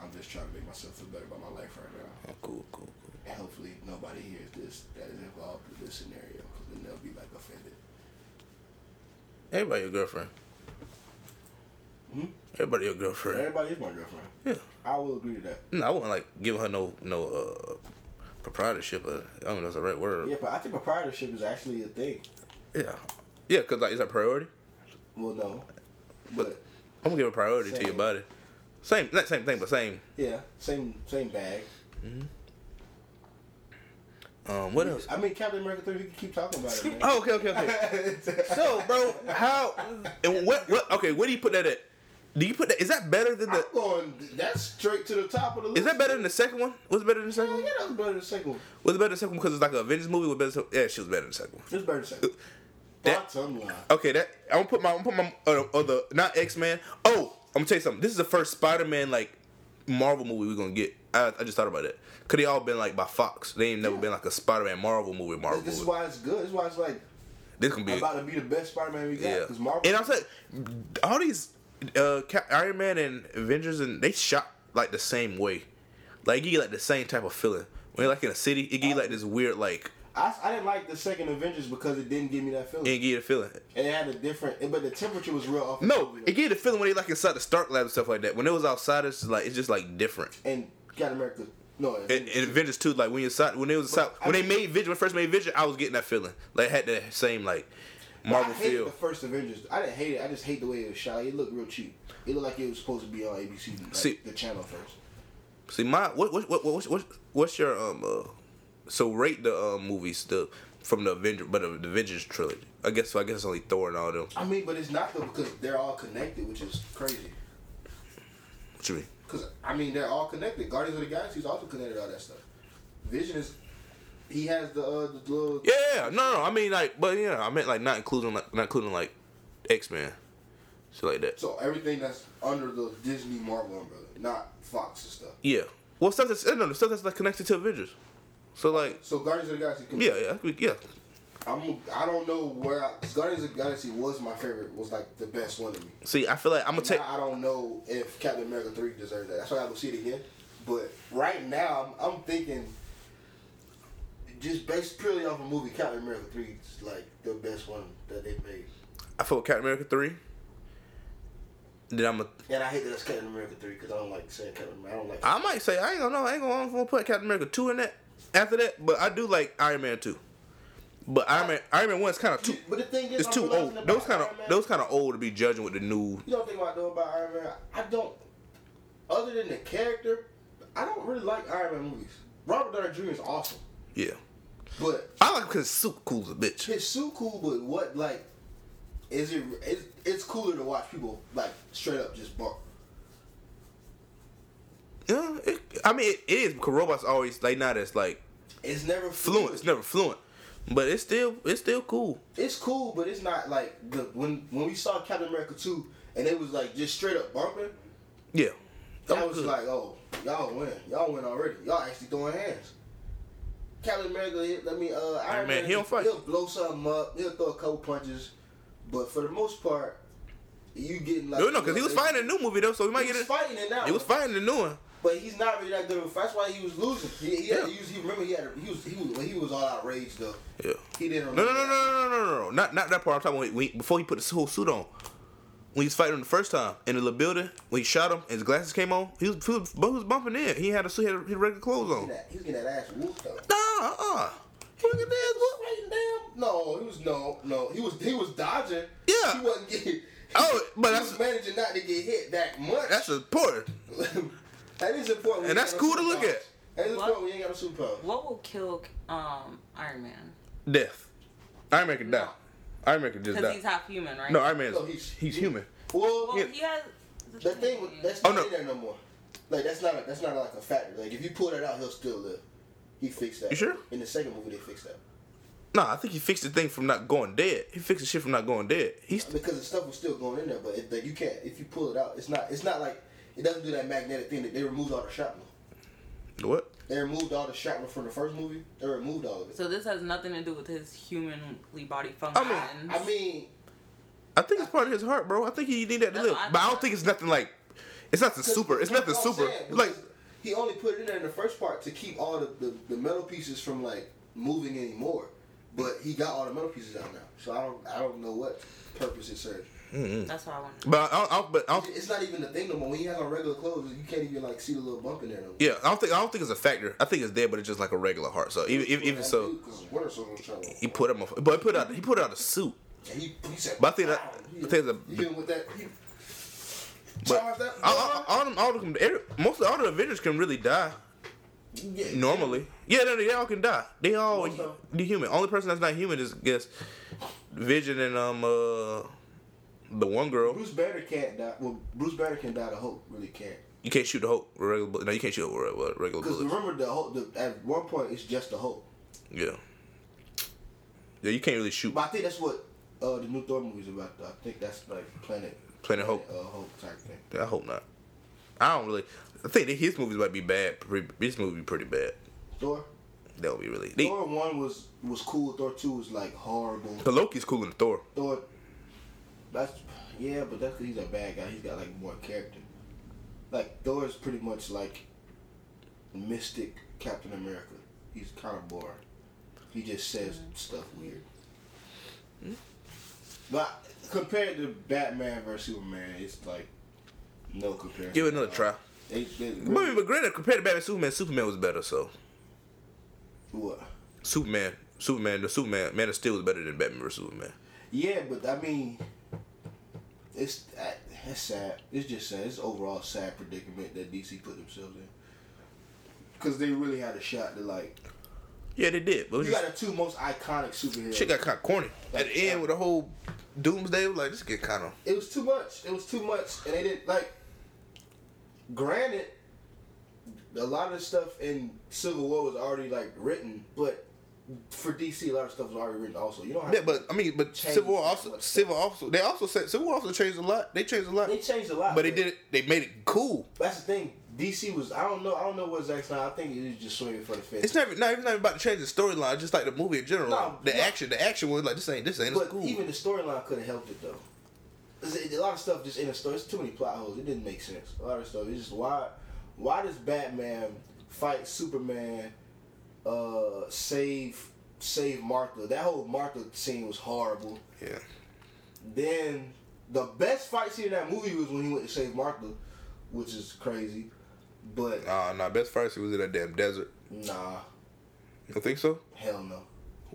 Speaker 1: I'm just trying to make myself feel better about my life right now.
Speaker 2: Oh, cool, cool, cool.
Speaker 1: And hopefully nobody hears this that is involved in this scenario because then they'll be like offended.
Speaker 2: Everybody your girlfriend.
Speaker 1: Hmm?
Speaker 2: Everybody your girlfriend.
Speaker 1: Everybody is my girlfriend.
Speaker 2: Yeah.
Speaker 1: I will agree to that.
Speaker 2: No, I wouldn't like give her no no uh proprietorship. Uh, I don't know if that's the right word.
Speaker 1: Yeah, but I think proprietorship is actually a thing.
Speaker 2: Yeah. Yeah, because like, it's a priority.
Speaker 1: Well, no.
Speaker 2: But I'm going to give a priority to your
Speaker 1: Same.
Speaker 2: body. Same, not same thing, but same.
Speaker 1: Yeah, same same bag.
Speaker 2: Um, what else?
Speaker 1: I mean, Captain America 3, we can keep talking about it, man.
Speaker 2: Oh, okay, okay, okay. so, bro, how, and what, what, okay, where do you put that at? Do you put that, is that better than
Speaker 1: I'm
Speaker 2: the,
Speaker 1: going, that's straight to the top of the list.
Speaker 2: is that better than the second one? Was it better than the second
Speaker 1: Yeah,
Speaker 2: one?
Speaker 1: that was better than the second one.
Speaker 2: Was it better than the second one because it's like a Avengers movie? Was better than, yeah, she was better than the second one.
Speaker 1: It's better than the second one.
Speaker 2: That-
Speaker 1: Bottom line.
Speaker 2: Okay, that, I'm gonna put my, I'm gonna put my, uh, other, not X-Man. Oh, I'm gonna tell you something. This is the first Spider-Man, like, Marvel movie we're gonna get. I, I just thought about it. Could they all been like by Fox? They ain't never
Speaker 1: Yeah.
Speaker 2: been like a Spider-Man Marvel movie. Marvel.
Speaker 1: This is
Speaker 2: movie.
Speaker 1: why it's good. This is why it's like
Speaker 2: This can be
Speaker 1: about to be the best Spider-Man we got.
Speaker 2: Yeah.
Speaker 1: Because Marvel.
Speaker 2: And I said, all these uh, Cap- Iron Man and Avengers, and they shot like the same way. Like you get like the same type of feeling when you're like in a city. It give you like this weird like
Speaker 1: I, I didn't like the second Avengers because it didn't give me that feeling.
Speaker 2: it give you the feeling.
Speaker 1: and it had a different, but the temperature was real off.
Speaker 2: No, it give you the feeling when they like inside the Stark Lab and stuff like that. When it was outside, it's just like it's just like different.
Speaker 1: and Captain America. No,
Speaker 2: And, and Avengers too, like when you inside when it was inside, when they made Vision, when first made Vision, I was getting that feeling. Like it had that same like
Speaker 1: I
Speaker 2: Marvel
Speaker 1: hated
Speaker 2: feel.
Speaker 1: the first Avengers. I didn't hate it. I just hate the way it was shot. It looked real cheap. It looked like it was supposed to be on ABC, like,
Speaker 2: See-
Speaker 1: the channel first.
Speaker 2: See, my what what what what what what's your um uh, so rate the uh, movies the from the Avenger but the Avengers trilogy. I guess so. I guess it's only Thor and all them.
Speaker 1: I mean, but it's not though because they're all connected, which is crazy.
Speaker 2: What you mean?
Speaker 1: Because I mean, they're all connected. Guardians of the Galaxy is also connected. to All that stuff. Vision is. He has the uh, the little.
Speaker 2: Yeah, yeah, no, no. I mean like, but yeah, I meant like not including like not including like X Men, shit like that.
Speaker 1: So everything that's under the Disney Marvel umbrella, not Fox and stuff.
Speaker 2: Yeah. Well, stuff that's no, the stuff that's like connected to Avengers. So like,
Speaker 1: So Guardians of the Galaxy. Can,
Speaker 2: yeah, yeah, we- yeah.
Speaker 1: I'm. I don't know where I, Guardians of the Galaxy was my favorite. Was like the best one to me.
Speaker 2: See, I feel like I'm gonna take.
Speaker 1: Now I don't know if Captain America three deserves that. That's why I go see it again. But right now, I'm, I'm thinking just based purely off a movie, Captain America Three is like the best one that they made.
Speaker 2: I felt Captain America three. Then I'm a,
Speaker 1: And I hate that it's Captain America Three because I don't like saying Captain America. I don't like.
Speaker 2: I might say I ain't gonna know I ain't gonna, I'm gonna put Captain America two in that after that, but I do like Iron Man two. But Iron Man Iron Man one's kind of too
Speaker 1: but the thing is,
Speaker 2: it's
Speaker 1: I'm
Speaker 2: too
Speaker 1: realizing
Speaker 2: old.
Speaker 1: about
Speaker 2: Those kind of
Speaker 1: Iron Man-
Speaker 2: those kind of old to be judging with the new.
Speaker 1: You don't think about though about Iron Man? I don't. Other than the character, I don't really like Iron Man movies. Robert Downey Jr. is awesome,
Speaker 2: Yeah,
Speaker 1: but
Speaker 2: I like because super cool as a bitch.
Speaker 1: his suit cool. But what like is it? It's, it's cooler to watch people like straight up just bump.
Speaker 2: Yeah, it, I mean it, it is because robots always like not as like
Speaker 1: It's never
Speaker 2: fluent. It's never fluent, but it's still it's still cool.
Speaker 1: It's cool, but it's not like the when when we saw Captain America two and it was like just straight up bumping.
Speaker 2: Yeah,
Speaker 1: That
Speaker 2: I'm
Speaker 1: was
Speaker 2: good.
Speaker 1: like, oh, y'all win, y'all win already. Y'all actually throwing hands. Captain America, he- let me. Uh, Iron,
Speaker 2: Iron Man, he don't fight.
Speaker 1: He'll blow something up. He'll throw a couple punches, but for the most part, you getting like
Speaker 2: no, no, because he was fighting a new movie though, so we might
Speaker 1: He
Speaker 2: get
Speaker 1: was
Speaker 2: it.
Speaker 1: fighting it now.
Speaker 2: He was fighting the new one.
Speaker 1: but he's not really that good of a fight. That's why he was losing. He, he, had to
Speaker 2: Yeah.
Speaker 1: use, he remember he had a, he was he was he was all outraged though.
Speaker 2: Yeah.
Speaker 1: He didn't.
Speaker 2: No, no, no, no, no, no, no, no. Not, not that part. I'm talking when, when, before he put his whole suit on. When he was fighting him the first time in the little building, when he shot him and his glasses came on, he was, he was, he was bumping in. He had a suit, he had his regular clothes
Speaker 1: He was
Speaker 2: on.
Speaker 1: getting that- he was getting that ass whooped though.
Speaker 2: Nah, uh-uh. Look at this. What?
Speaker 1: Fighting damn. No, he was no, no. He was he was dodging.
Speaker 2: Yeah.
Speaker 1: He wasn't getting.
Speaker 2: Oh, but
Speaker 1: he
Speaker 2: that's-
Speaker 1: was managing not to get hit that much.
Speaker 2: That's important.
Speaker 1: that is important. when
Speaker 2: And
Speaker 1: you
Speaker 2: that's
Speaker 1: got no
Speaker 2: cool to look
Speaker 1: superpowers.
Speaker 2: at.
Speaker 1: That is
Speaker 3: What?
Speaker 1: important. We ain't got no superpower.
Speaker 3: What will kill um, Iron Man?
Speaker 2: Death. Iron Man can die. Iron Man can just
Speaker 3: Because he's
Speaker 2: die.
Speaker 3: half human, right?
Speaker 2: No, Iron Man
Speaker 1: No,
Speaker 2: is,
Speaker 1: he's-
Speaker 2: he's, human.
Speaker 1: Well,
Speaker 3: Well,
Speaker 2: Yeah.
Speaker 3: he has.
Speaker 1: that thing was- that's
Speaker 2: Oh,
Speaker 1: not
Speaker 2: no.
Speaker 1: in there no more. Like that's not a, that's not like a factor. Like if you pull that out, he'll still live. He fixed that.
Speaker 2: You sure?
Speaker 1: In the second movie, they fixed that
Speaker 2: Nah, I think he fixed the thing from not going dead. He fixed the shit from not going dead. He's
Speaker 1: because the stuff was still going in there. But if, like, you can't if you pull it out, it's not it's not like it doesn't do that magnetic thing that they removed all the shrapnel.
Speaker 2: what?
Speaker 1: They removed all the shrapnel from the first movie. They removed all of it.
Speaker 3: So this has nothing to do with his humanly body
Speaker 2: I
Speaker 3: functions.
Speaker 2: mean-
Speaker 1: I mean,
Speaker 2: I think it's part of his heart, bro. I think he need that to
Speaker 3: That's
Speaker 2: live.
Speaker 3: what I
Speaker 2: But I don't
Speaker 3: thought.
Speaker 2: think it's nothing like. It's nothing super. It's
Speaker 1: That's
Speaker 2: nothing
Speaker 1: what I'm
Speaker 2: super.
Speaker 1: saying,
Speaker 2: Like
Speaker 1: because he only put it in there in the first part to keep all the, the, the metal pieces from like moving anymore. But he got all the metal pieces out now, so I don't I don't know what purpose it serves.
Speaker 3: that's what I want.
Speaker 2: But I, I, I, but I don't,
Speaker 1: It's not even a thing no more. When he has on regular clothes, you can't even like see the little bump in there no more.
Speaker 2: yeah, I don't think I don't think it's a factor. I think it's there, but it's just like a regular heart. So even even, even so,
Speaker 1: Because his water source was trying to-
Speaker 2: he put him. A, but he put out he put out a suit.
Speaker 1: and he, he said,
Speaker 2: But I think that-
Speaker 1: "Wow."
Speaker 2: I think that-
Speaker 1: you hit him with that. He,
Speaker 2: But
Speaker 1: Charge that
Speaker 2: all, all, all them all them every, most of all the Avengers can really die
Speaker 1: yeah,
Speaker 2: normally. Yeah, they, they all can die. They all
Speaker 1: Most of
Speaker 2: the human. Only person that's not human is guess Vision and um uh the one girl.
Speaker 1: Bruce Banner can't die. Well, Bruce Banner can die. The Hulk really can't.
Speaker 2: You can't shoot the Hulk with regular. bullet- No, you can't shoot with regular- regular
Speaker 1: Because
Speaker 2: bullets.
Speaker 1: remember, the Hulk. The, at one point, it's just the Hulk.
Speaker 2: Yeah. Yeah, you can't really shoot
Speaker 1: But I think that's what uh, the new Thor movie's about. Though. I think that's like Planet
Speaker 2: Planet Hope.
Speaker 1: uh, Hulk type thing.
Speaker 2: I hope not. I don't really. I think that his movies might be bad. Pre- His movie pretty bad.
Speaker 1: Thor.
Speaker 2: That would be really. They,
Speaker 1: Thor one was was cool. Thor two was like horrible.
Speaker 2: the Loki's cooler than Thor.
Speaker 1: Thor. That's yeah, but that's 'cause he's a bad guy. He's got like more character. Like Thor is pretty much like mystic Captain America. He's kind of boring. He just says stuff weird. But compared to Batman versus Superman, it's like no comparison.
Speaker 2: Give it another try.
Speaker 1: They, they
Speaker 2: But, but granted, compared to Batman Superman, Superman was better. So
Speaker 1: What?
Speaker 2: Superman, Superman, the Superman Man of Steel was better than Batman vs Superman.
Speaker 1: Yeah, but I mean, it's I- it's sad. It's just sad. It's overall sad predicament that DC put themselves in. Because they really had a shot to like.
Speaker 2: Yeah, they did. But it was
Speaker 1: You
Speaker 2: just,
Speaker 1: got the two most iconic superheroes.
Speaker 2: shit got kind of corny at the end with the whole Doomsday. Like this get kind of.
Speaker 1: it was too much. It was too much, and they didn't like. Granted, a lot of the stuff in Civil War was already like written, but for DC, a lot of stuff was already written. Also, you don't have.
Speaker 2: Yeah, but I mean, but
Speaker 1: Changed
Speaker 2: Civil War
Speaker 1: so
Speaker 2: also,
Speaker 1: much.
Speaker 2: Civil also, they also said Civil War also changed a lot. They changed a lot,
Speaker 1: they changed a lot.
Speaker 2: but they did it. They made it cool.
Speaker 1: That's the thing. DC was. I don't know. I don't know what Zack Snyder. I think it was just swinging for the fence.
Speaker 2: It's never not even not about to change the storyline, just like the movie in general.
Speaker 1: No,
Speaker 2: the
Speaker 1: no.
Speaker 2: action, the action was like this ain't this ain't
Speaker 1: but
Speaker 2: as cool.
Speaker 1: even the storyline could have helped it though. 'Cause it- A lot of stuff just in the story. It's too many plot holes. It didn't make sense. A lot of stuff. It's just why, why does Batman fight Superman, uh, save save Martha? That whole Martha scene was horrible.
Speaker 2: Yeah.
Speaker 1: Then the best fight scene in that movie was when he went to save Martha, which is crazy. But
Speaker 2: Nah, nah. Best fight scene was in that damn desert.
Speaker 1: nah,
Speaker 2: You think so?
Speaker 1: hell no.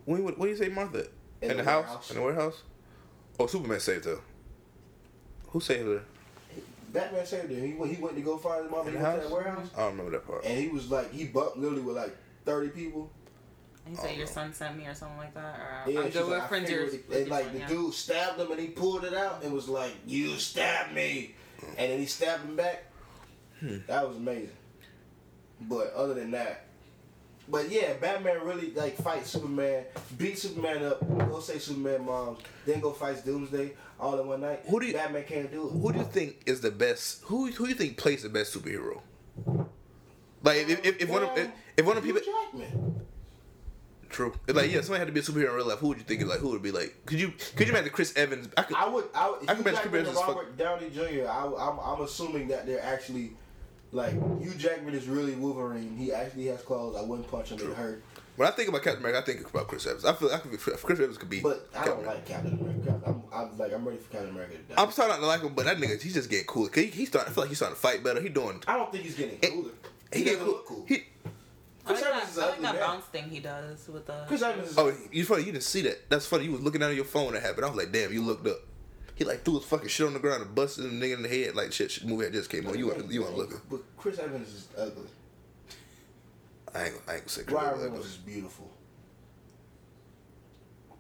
Speaker 2: When? What do you say, Martha? In, the, house? In the warehouse? Oh, Superman saved her. Who saved her?
Speaker 1: Batman saved him. He went, he went to go find his mom
Speaker 2: In
Speaker 1: in
Speaker 2: the
Speaker 1: the
Speaker 2: house?
Speaker 1: that warehouse,
Speaker 2: I don't remember that part.
Speaker 1: and he was like he bumped literally with like thirty people.
Speaker 3: He said
Speaker 2: Oh,
Speaker 3: your
Speaker 2: no.
Speaker 3: son sent me or something like that. Or
Speaker 1: Yeah,
Speaker 3: I'm
Speaker 1: she's
Speaker 3: good with
Speaker 1: like, I
Speaker 3: friends.
Speaker 1: figured
Speaker 3: yours-
Speaker 1: it.
Speaker 3: with
Speaker 1: And
Speaker 3: your
Speaker 1: like
Speaker 3: son,
Speaker 1: the
Speaker 3: yeah.
Speaker 1: dude stabbed him and he pulled it out and was like, "You stabbed me," and then he stabbed him back.
Speaker 2: Hmm.
Speaker 1: That was amazing. But other than that, but yeah, Batman really like fights Superman, beat Superman up, go say Superman moms, then go fights Doomsday all in one night.
Speaker 2: Who do you-
Speaker 1: Batman can't do it.
Speaker 2: Who do you think is the best? Who Who do you think plays the best superhero? Like if, if, if one of if, if one of
Speaker 1: Hugh
Speaker 2: people
Speaker 1: Jackman.
Speaker 2: true It's like yeah somebody had to be a superhero in real life who would you think is like who would be like could you could you imagine Chris Evans I could
Speaker 1: I would. I would.
Speaker 2: I
Speaker 1: I
Speaker 2: can
Speaker 1: Hugh
Speaker 2: bet
Speaker 1: Jackman
Speaker 2: Superman's
Speaker 1: and
Speaker 2: as fuck-
Speaker 1: Robert Downey Jr. I, am I'm assuming that they're actually like Hugh Jackman is really Wolverine. He actually has claws. I wouldn't punch him.
Speaker 2: True.
Speaker 1: It hurt.
Speaker 2: when I think about Captain America I think about Chris Evans I feel I could be, Chris Evans could be
Speaker 1: But I
Speaker 2: Captain
Speaker 1: don't
Speaker 2: America.
Speaker 1: like Captain America. I'm, I'm like I'm ready for Captain America to die.
Speaker 2: I'm starting not to like him but that nigga he's just getting cool he, he starting I feel like he's starting to fight better he doing
Speaker 1: I don't think he's getting cooler. He,
Speaker 2: he
Speaker 1: doesn't
Speaker 2: getting cool,
Speaker 1: look cool.
Speaker 2: he
Speaker 3: I like
Speaker 1: Chris Evans is
Speaker 3: that,
Speaker 1: an
Speaker 3: I like
Speaker 1: ugly
Speaker 3: that
Speaker 1: man.
Speaker 3: bounce thing he does with the.
Speaker 1: Chris Evans is.
Speaker 2: Oh, you funny. You didn't see that. That's funny. You was looking down at your phone when that happened. I was like, damn. You looked up. He like threw his fucking shit on the ground and busted him nigga in the head. Like shit. shit movie that just came on. You want you want to look? up.
Speaker 1: But Chris Evans is ugly.
Speaker 2: I ain't I ain't gonna say.
Speaker 1: Ryan
Speaker 2: Like,
Speaker 1: Reynolds is beautiful.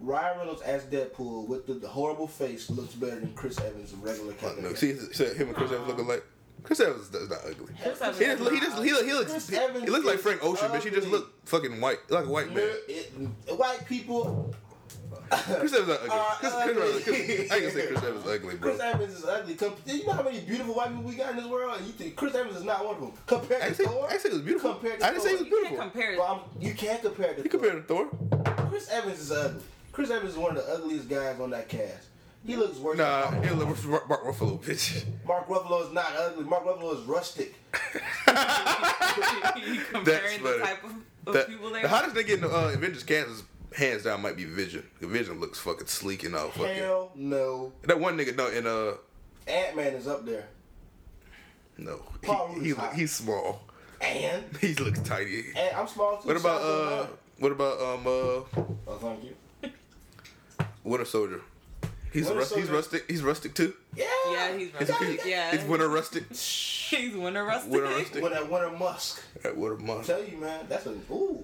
Speaker 1: Ryan Reynolds as Deadpool with the, the horrible face looks better than Chris Evans, in regular
Speaker 2: fuck
Speaker 1: Captain
Speaker 2: no.
Speaker 1: America.
Speaker 2: See, see him and Chris Evans looking like. Chris Evans is not ugly.
Speaker 3: Chris Evans
Speaker 2: He
Speaker 3: is
Speaker 2: just, he just he, look- he looks
Speaker 1: Chris
Speaker 2: he,
Speaker 1: Evans
Speaker 2: looks like
Speaker 1: is
Speaker 2: Frank Ocean, bitch. He just
Speaker 1: ugly.
Speaker 2: looked fucking white, like a white man.
Speaker 1: It- white people.
Speaker 2: Chris Evans not ugly.
Speaker 1: Uh,
Speaker 2: Chris, Chris, Evans-
Speaker 1: ugly.
Speaker 2: Chris- I ain't gonna say Chris Evans is ugly, bro.
Speaker 1: Chris Evans is ugly. Compa- You know how many beautiful white people we got in this world? And you think Chris Evans is not one of them? Compared
Speaker 2: I
Speaker 1: to
Speaker 2: didn't say,
Speaker 1: Thor,
Speaker 2: I didn't say it was beautiful. I
Speaker 1: Compared to
Speaker 2: didn't say it
Speaker 1: Thor.
Speaker 2: was
Speaker 3: You can't
Speaker 2: beautiful.
Speaker 3: compare it.
Speaker 1: Well, I'm- you can't compare it
Speaker 2: He
Speaker 1: to Thor.
Speaker 2: compared to Thor.
Speaker 1: Chris Evans is ugly. Chris Evans is one of the ugliest guys on that cast. He looks worse.
Speaker 2: Nah,
Speaker 1: than
Speaker 2: he looks like Mark Ruffalo, bitch.
Speaker 1: Mark. Mark Ruffalo is not ugly. Mark Ruffalo is rustic.
Speaker 3: you comparing the
Speaker 2: funny.
Speaker 3: type of, of
Speaker 2: The,
Speaker 3: people
Speaker 2: the
Speaker 3: there.
Speaker 2: hottest nigga in the uh, Avengers cast is hands down might be Vision. Vision looks fucking sleek and all fucking.
Speaker 1: Hell no.
Speaker 2: That one nigga no in uh
Speaker 1: Ant Man is up there.
Speaker 2: no
Speaker 1: Paul Rudd's
Speaker 2: he, he
Speaker 1: hot.
Speaker 2: he's small.
Speaker 1: And
Speaker 2: He looks tiny.
Speaker 1: and I'm small too.
Speaker 2: What about uh
Speaker 1: so
Speaker 2: what about um
Speaker 1: I'm
Speaker 2: uh
Speaker 1: not- Oh, thank you.
Speaker 2: Winter Soldier? He's
Speaker 1: Winter
Speaker 2: rust, he's
Speaker 1: Soldier-
Speaker 2: rustic he's rustic too.
Speaker 1: Yeah.
Speaker 3: yeah, he's
Speaker 2: He's,
Speaker 3: rustic.
Speaker 2: he's,
Speaker 3: yeah,
Speaker 2: he's winter rustic.
Speaker 3: He's winter rustic.
Speaker 2: Winter rustic.
Speaker 1: With that winter musk.
Speaker 2: That winter
Speaker 1: I
Speaker 2: month.
Speaker 1: tell you, man, that's a ooh.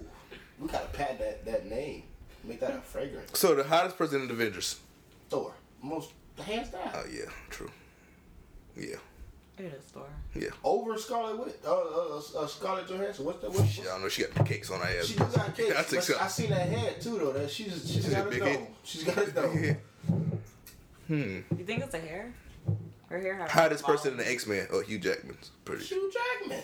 Speaker 1: We gotta patent that that name. Make that a fragrance.
Speaker 2: So the hottest person in the Avengers.
Speaker 1: Thor, most hands down.
Speaker 2: Oh yeah, true. Yeah,
Speaker 3: It is Thor.
Speaker 2: yeah.
Speaker 1: Over Scarlet Witch, uh, uh, uh, Scarlett Johansson. What's that? What's
Speaker 2: Shit, I don't know. She got cakes on her ass.
Speaker 1: She do got kids.
Speaker 2: I
Speaker 1: but
Speaker 2: think so.
Speaker 1: I seen that head too though. That she's she's
Speaker 2: She's a
Speaker 1: got a
Speaker 2: big
Speaker 1: dome.
Speaker 2: head.
Speaker 1: She's got a dome.
Speaker 2: Hmm.
Speaker 3: You think it's a hair? Her hair. has
Speaker 2: Hottest
Speaker 3: a lot.
Speaker 2: person in the X Men. Oh, Hugh Jackman's pretty.
Speaker 1: Hugh Jackman.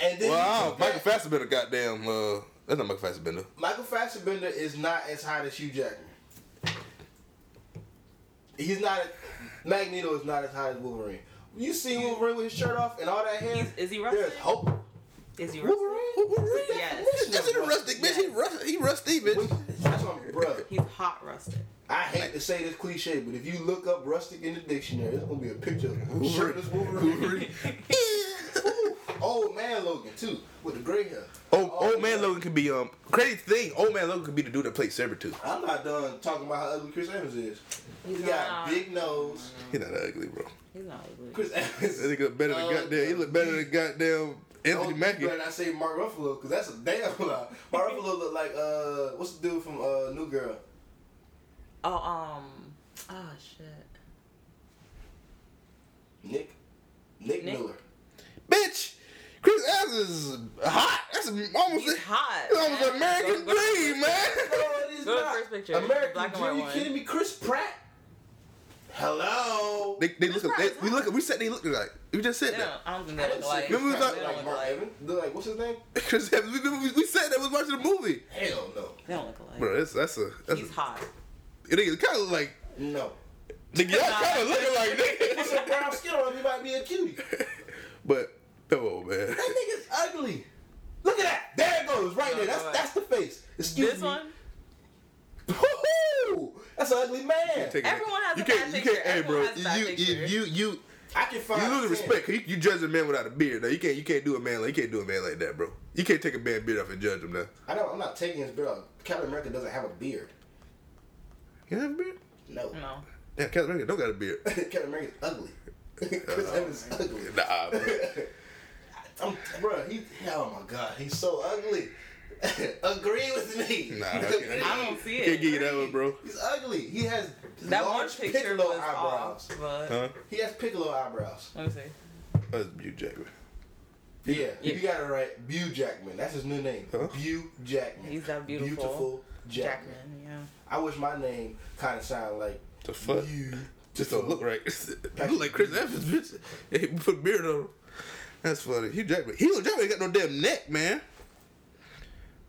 Speaker 1: And then you
Speaker 2: Wow,
Speaker 1: compare-
Speaker 2: Michael Fassbender, goddamn. Uh, that's not Michael Fassbender.
Speaker 1: Michael Fassbender is not as hot as Hugh Jackman. He's not. Magneto is not as hot as Wolverine. You see Wolverine with his shirt off and all that hair.
Speaker 3: He's- is he rustic?
Speaker 1: There's hope.
Speaker 3: Is he rustic?
Speaker 2: Wolverine? Wolverine?
Speaker 3: Yes.
Speaker 2: That's a rustic bitch. He
Speaker 3: Yes.
Speaker 2: rusty. He rusty bitch.
Speaker 1: That's my brother.
Speaker 3: He's hot rustic.
Speaker 1: I hate to say this cliche, but if you look up rustic in the dictionary, it's gonna be a picture of shirtless Wolverine. Old man Logan too, with the gray hair.
Speaker 2: Oh, Old,
Speaker 1: Oh,
Speaker 2: old man Logan could be um crazy thing. Old man Logan could be the dude that plays Sabretooth.
Speaker 1: I'm not done talking about how ugly Chris Evans is. He
Speaker 3: He's
Speaker 1: got
Speaker 3: not.
Speaker 1: a big nose.
Speaker 2: He's not ugly, bro.
Speaker 3: He's not ugly.
Speaker 1: Chris
Speaker 2: That
Speaker 1: Evans.
Speaker 2: nigga look better than
Speaker 1: Uh,
Speaker 2: goddamn. He look better than goddamn Anthony
Speaker 1: Oh,
Speaker 2: Mackie.
Speaker 1: You better not say Mark Ruffalo, cause that's a damn lie. Mark Ruffalo look like uh, what's the dude from uh, New Girl?
Speaker 3: Oh um. Oh shit.
Speaker 1: Nick. Nick,
Speaker 3: Nick?
Speaker 1: Miller.
Speaker 2: Bitch, Chris Evans is hot. That's almost.
Speaker 3: He's hot.
Speaker 2: That was an American
Speaker 3: Go- go-
Speaker 2: dream, man.
Speaker 1: No, it is
Speaker 3: Go to the
Speaker 1: not.
Speaker 3: first picture.
Speaker 1: American
Speaker 3: Black and
Speaker 1: Dream.
Speaker 3: white
Speaker 1: you
Speaker 3: one.
Speaker 1: kidding me? Chris Pratt. Hello.
Speaker 2: They, they look.
Speaker 3: Chris Pratt
Speaker 2: They,
Speaker 3: is
Speaker 2: we
Speaker 3: hot.
Speaker 2: look. We said they look like. We just said
Speaker 3: They
Speaker 2: that.
Speaker 3: don't- I don't think
Speaker 1: I
Speaker 3: they
Speaker 1: didn't
Speaker 3: look
Speaker 1: see
Speaker 3: alike.
Speaker 1: Chris
Speaker 2: Remember we
Speaker 1: Pratt look
Speaker 2: thought-
Speaker 3: They
Speaker 1: like
Speaker 3: don't look
Speaker 1: Mark
Speaker 3: alike.
Speaker 1: Evans. Look like what's his name?
Speaker 2: Chris Evans. We, we, we said that was watching a movie.
Speaker 1: Hell no.
Speaker 3: They don't look alike.
Speaker 2: Bro, that's that's a. That's
Speaker 3: He's
Speaker 2: a,
Speaker 3: hot.
Speaker 2: It ain't kind of like
Speaker 1: No.
Speaker 2: nigga, y'all kind of looking like
Speaker 1: Put some
Speaker 2: niggas.
Speaker 1: brown skin on him, he might be a cutie.
Speaker 2: but Come on, man.
Speaker 1: That nigga's ugly. Look at that. There it goes, right there. That's that's the face. Excuse
Speaker 3: this
Speaker 1: me.
Speaker 3: one.
Speaker 1: Woo! That's an ugly man.
Speaker 2: Take it.
Speaker 3: Everyone has
Speaker 2: you
Speaker 3: a
Speaker 2: can't,
Speaker 3: bad
Speaker 2: you
Speaker 3: picture.
Speaker 2: can't, hey, bro,
Speaker 3: Everyone has a bad
Speaker 2: you, you,
Speaker 3: picture.
Speaker 2: you, you,
Speaker 1: I can find.
Speaker 2: you losing
Speaker 1: 10.
Speaker 2: respect. You, you judge a man without a beard. Now you can't, you can't do a man like, you can't do a man like that, bro. You can't take a man beard off and judge him now.
Speaker 1: I know. I'm not taking his beard. off. Captain America doesn't have a beard.
Speaker 2: You have a beard?
Speaker 1: No.
Speaker 3: No.
Speaker 2: Yeah, Captain America don't got a beard.
Speaker 1: Captain America's ugly. Chris Evans is ugly.
Speaker 2: Nah, bro.
Speaker 1: I'm, bro, he, oh my god, he's so ugly. Agree with me.
Speaker 2: Nah, I can't.
Speaker 3: I don't see
Speaker 2: You
Speaker 3: it.
Speaker 2: can't give you that one, bro.
Speaker 1: He's ugly. He has
Speaker 3: That one
Speaker 1: large
Speaker 3: picture
Speaker 1: piccolo
Speaker 3: was
Speaker 1: eyebrows.
Speaker 3: off, but
Speaker 2: Huh?
Speaker 1: He has piccolo eyebrows.
Speaker 3: let me see.
Speaker 2: That's you, Jackman.
Speaker 1: Yeah,
Speaker 3: Yeah.
Speaker 1: you got it right. Bu Jackman. That's his new name.
Speaker 2: Huh?
Speaker 1: Bu Jackman.
Speaker 3: He's that beautiful
Speaker 1: Jackman.
Speaker 3: Jackman. Yeah.
Speaker 1: I wish my name kind of sounded like
Speaker 2: The fuck?
Speaker 1: you.
Speaker 2: Just don't look right. you look like Chris Evans, bitch. Hey, put a beard on him. That's funny. Hugh Jackman. Hugh Jackman ain't got no damn neck, man.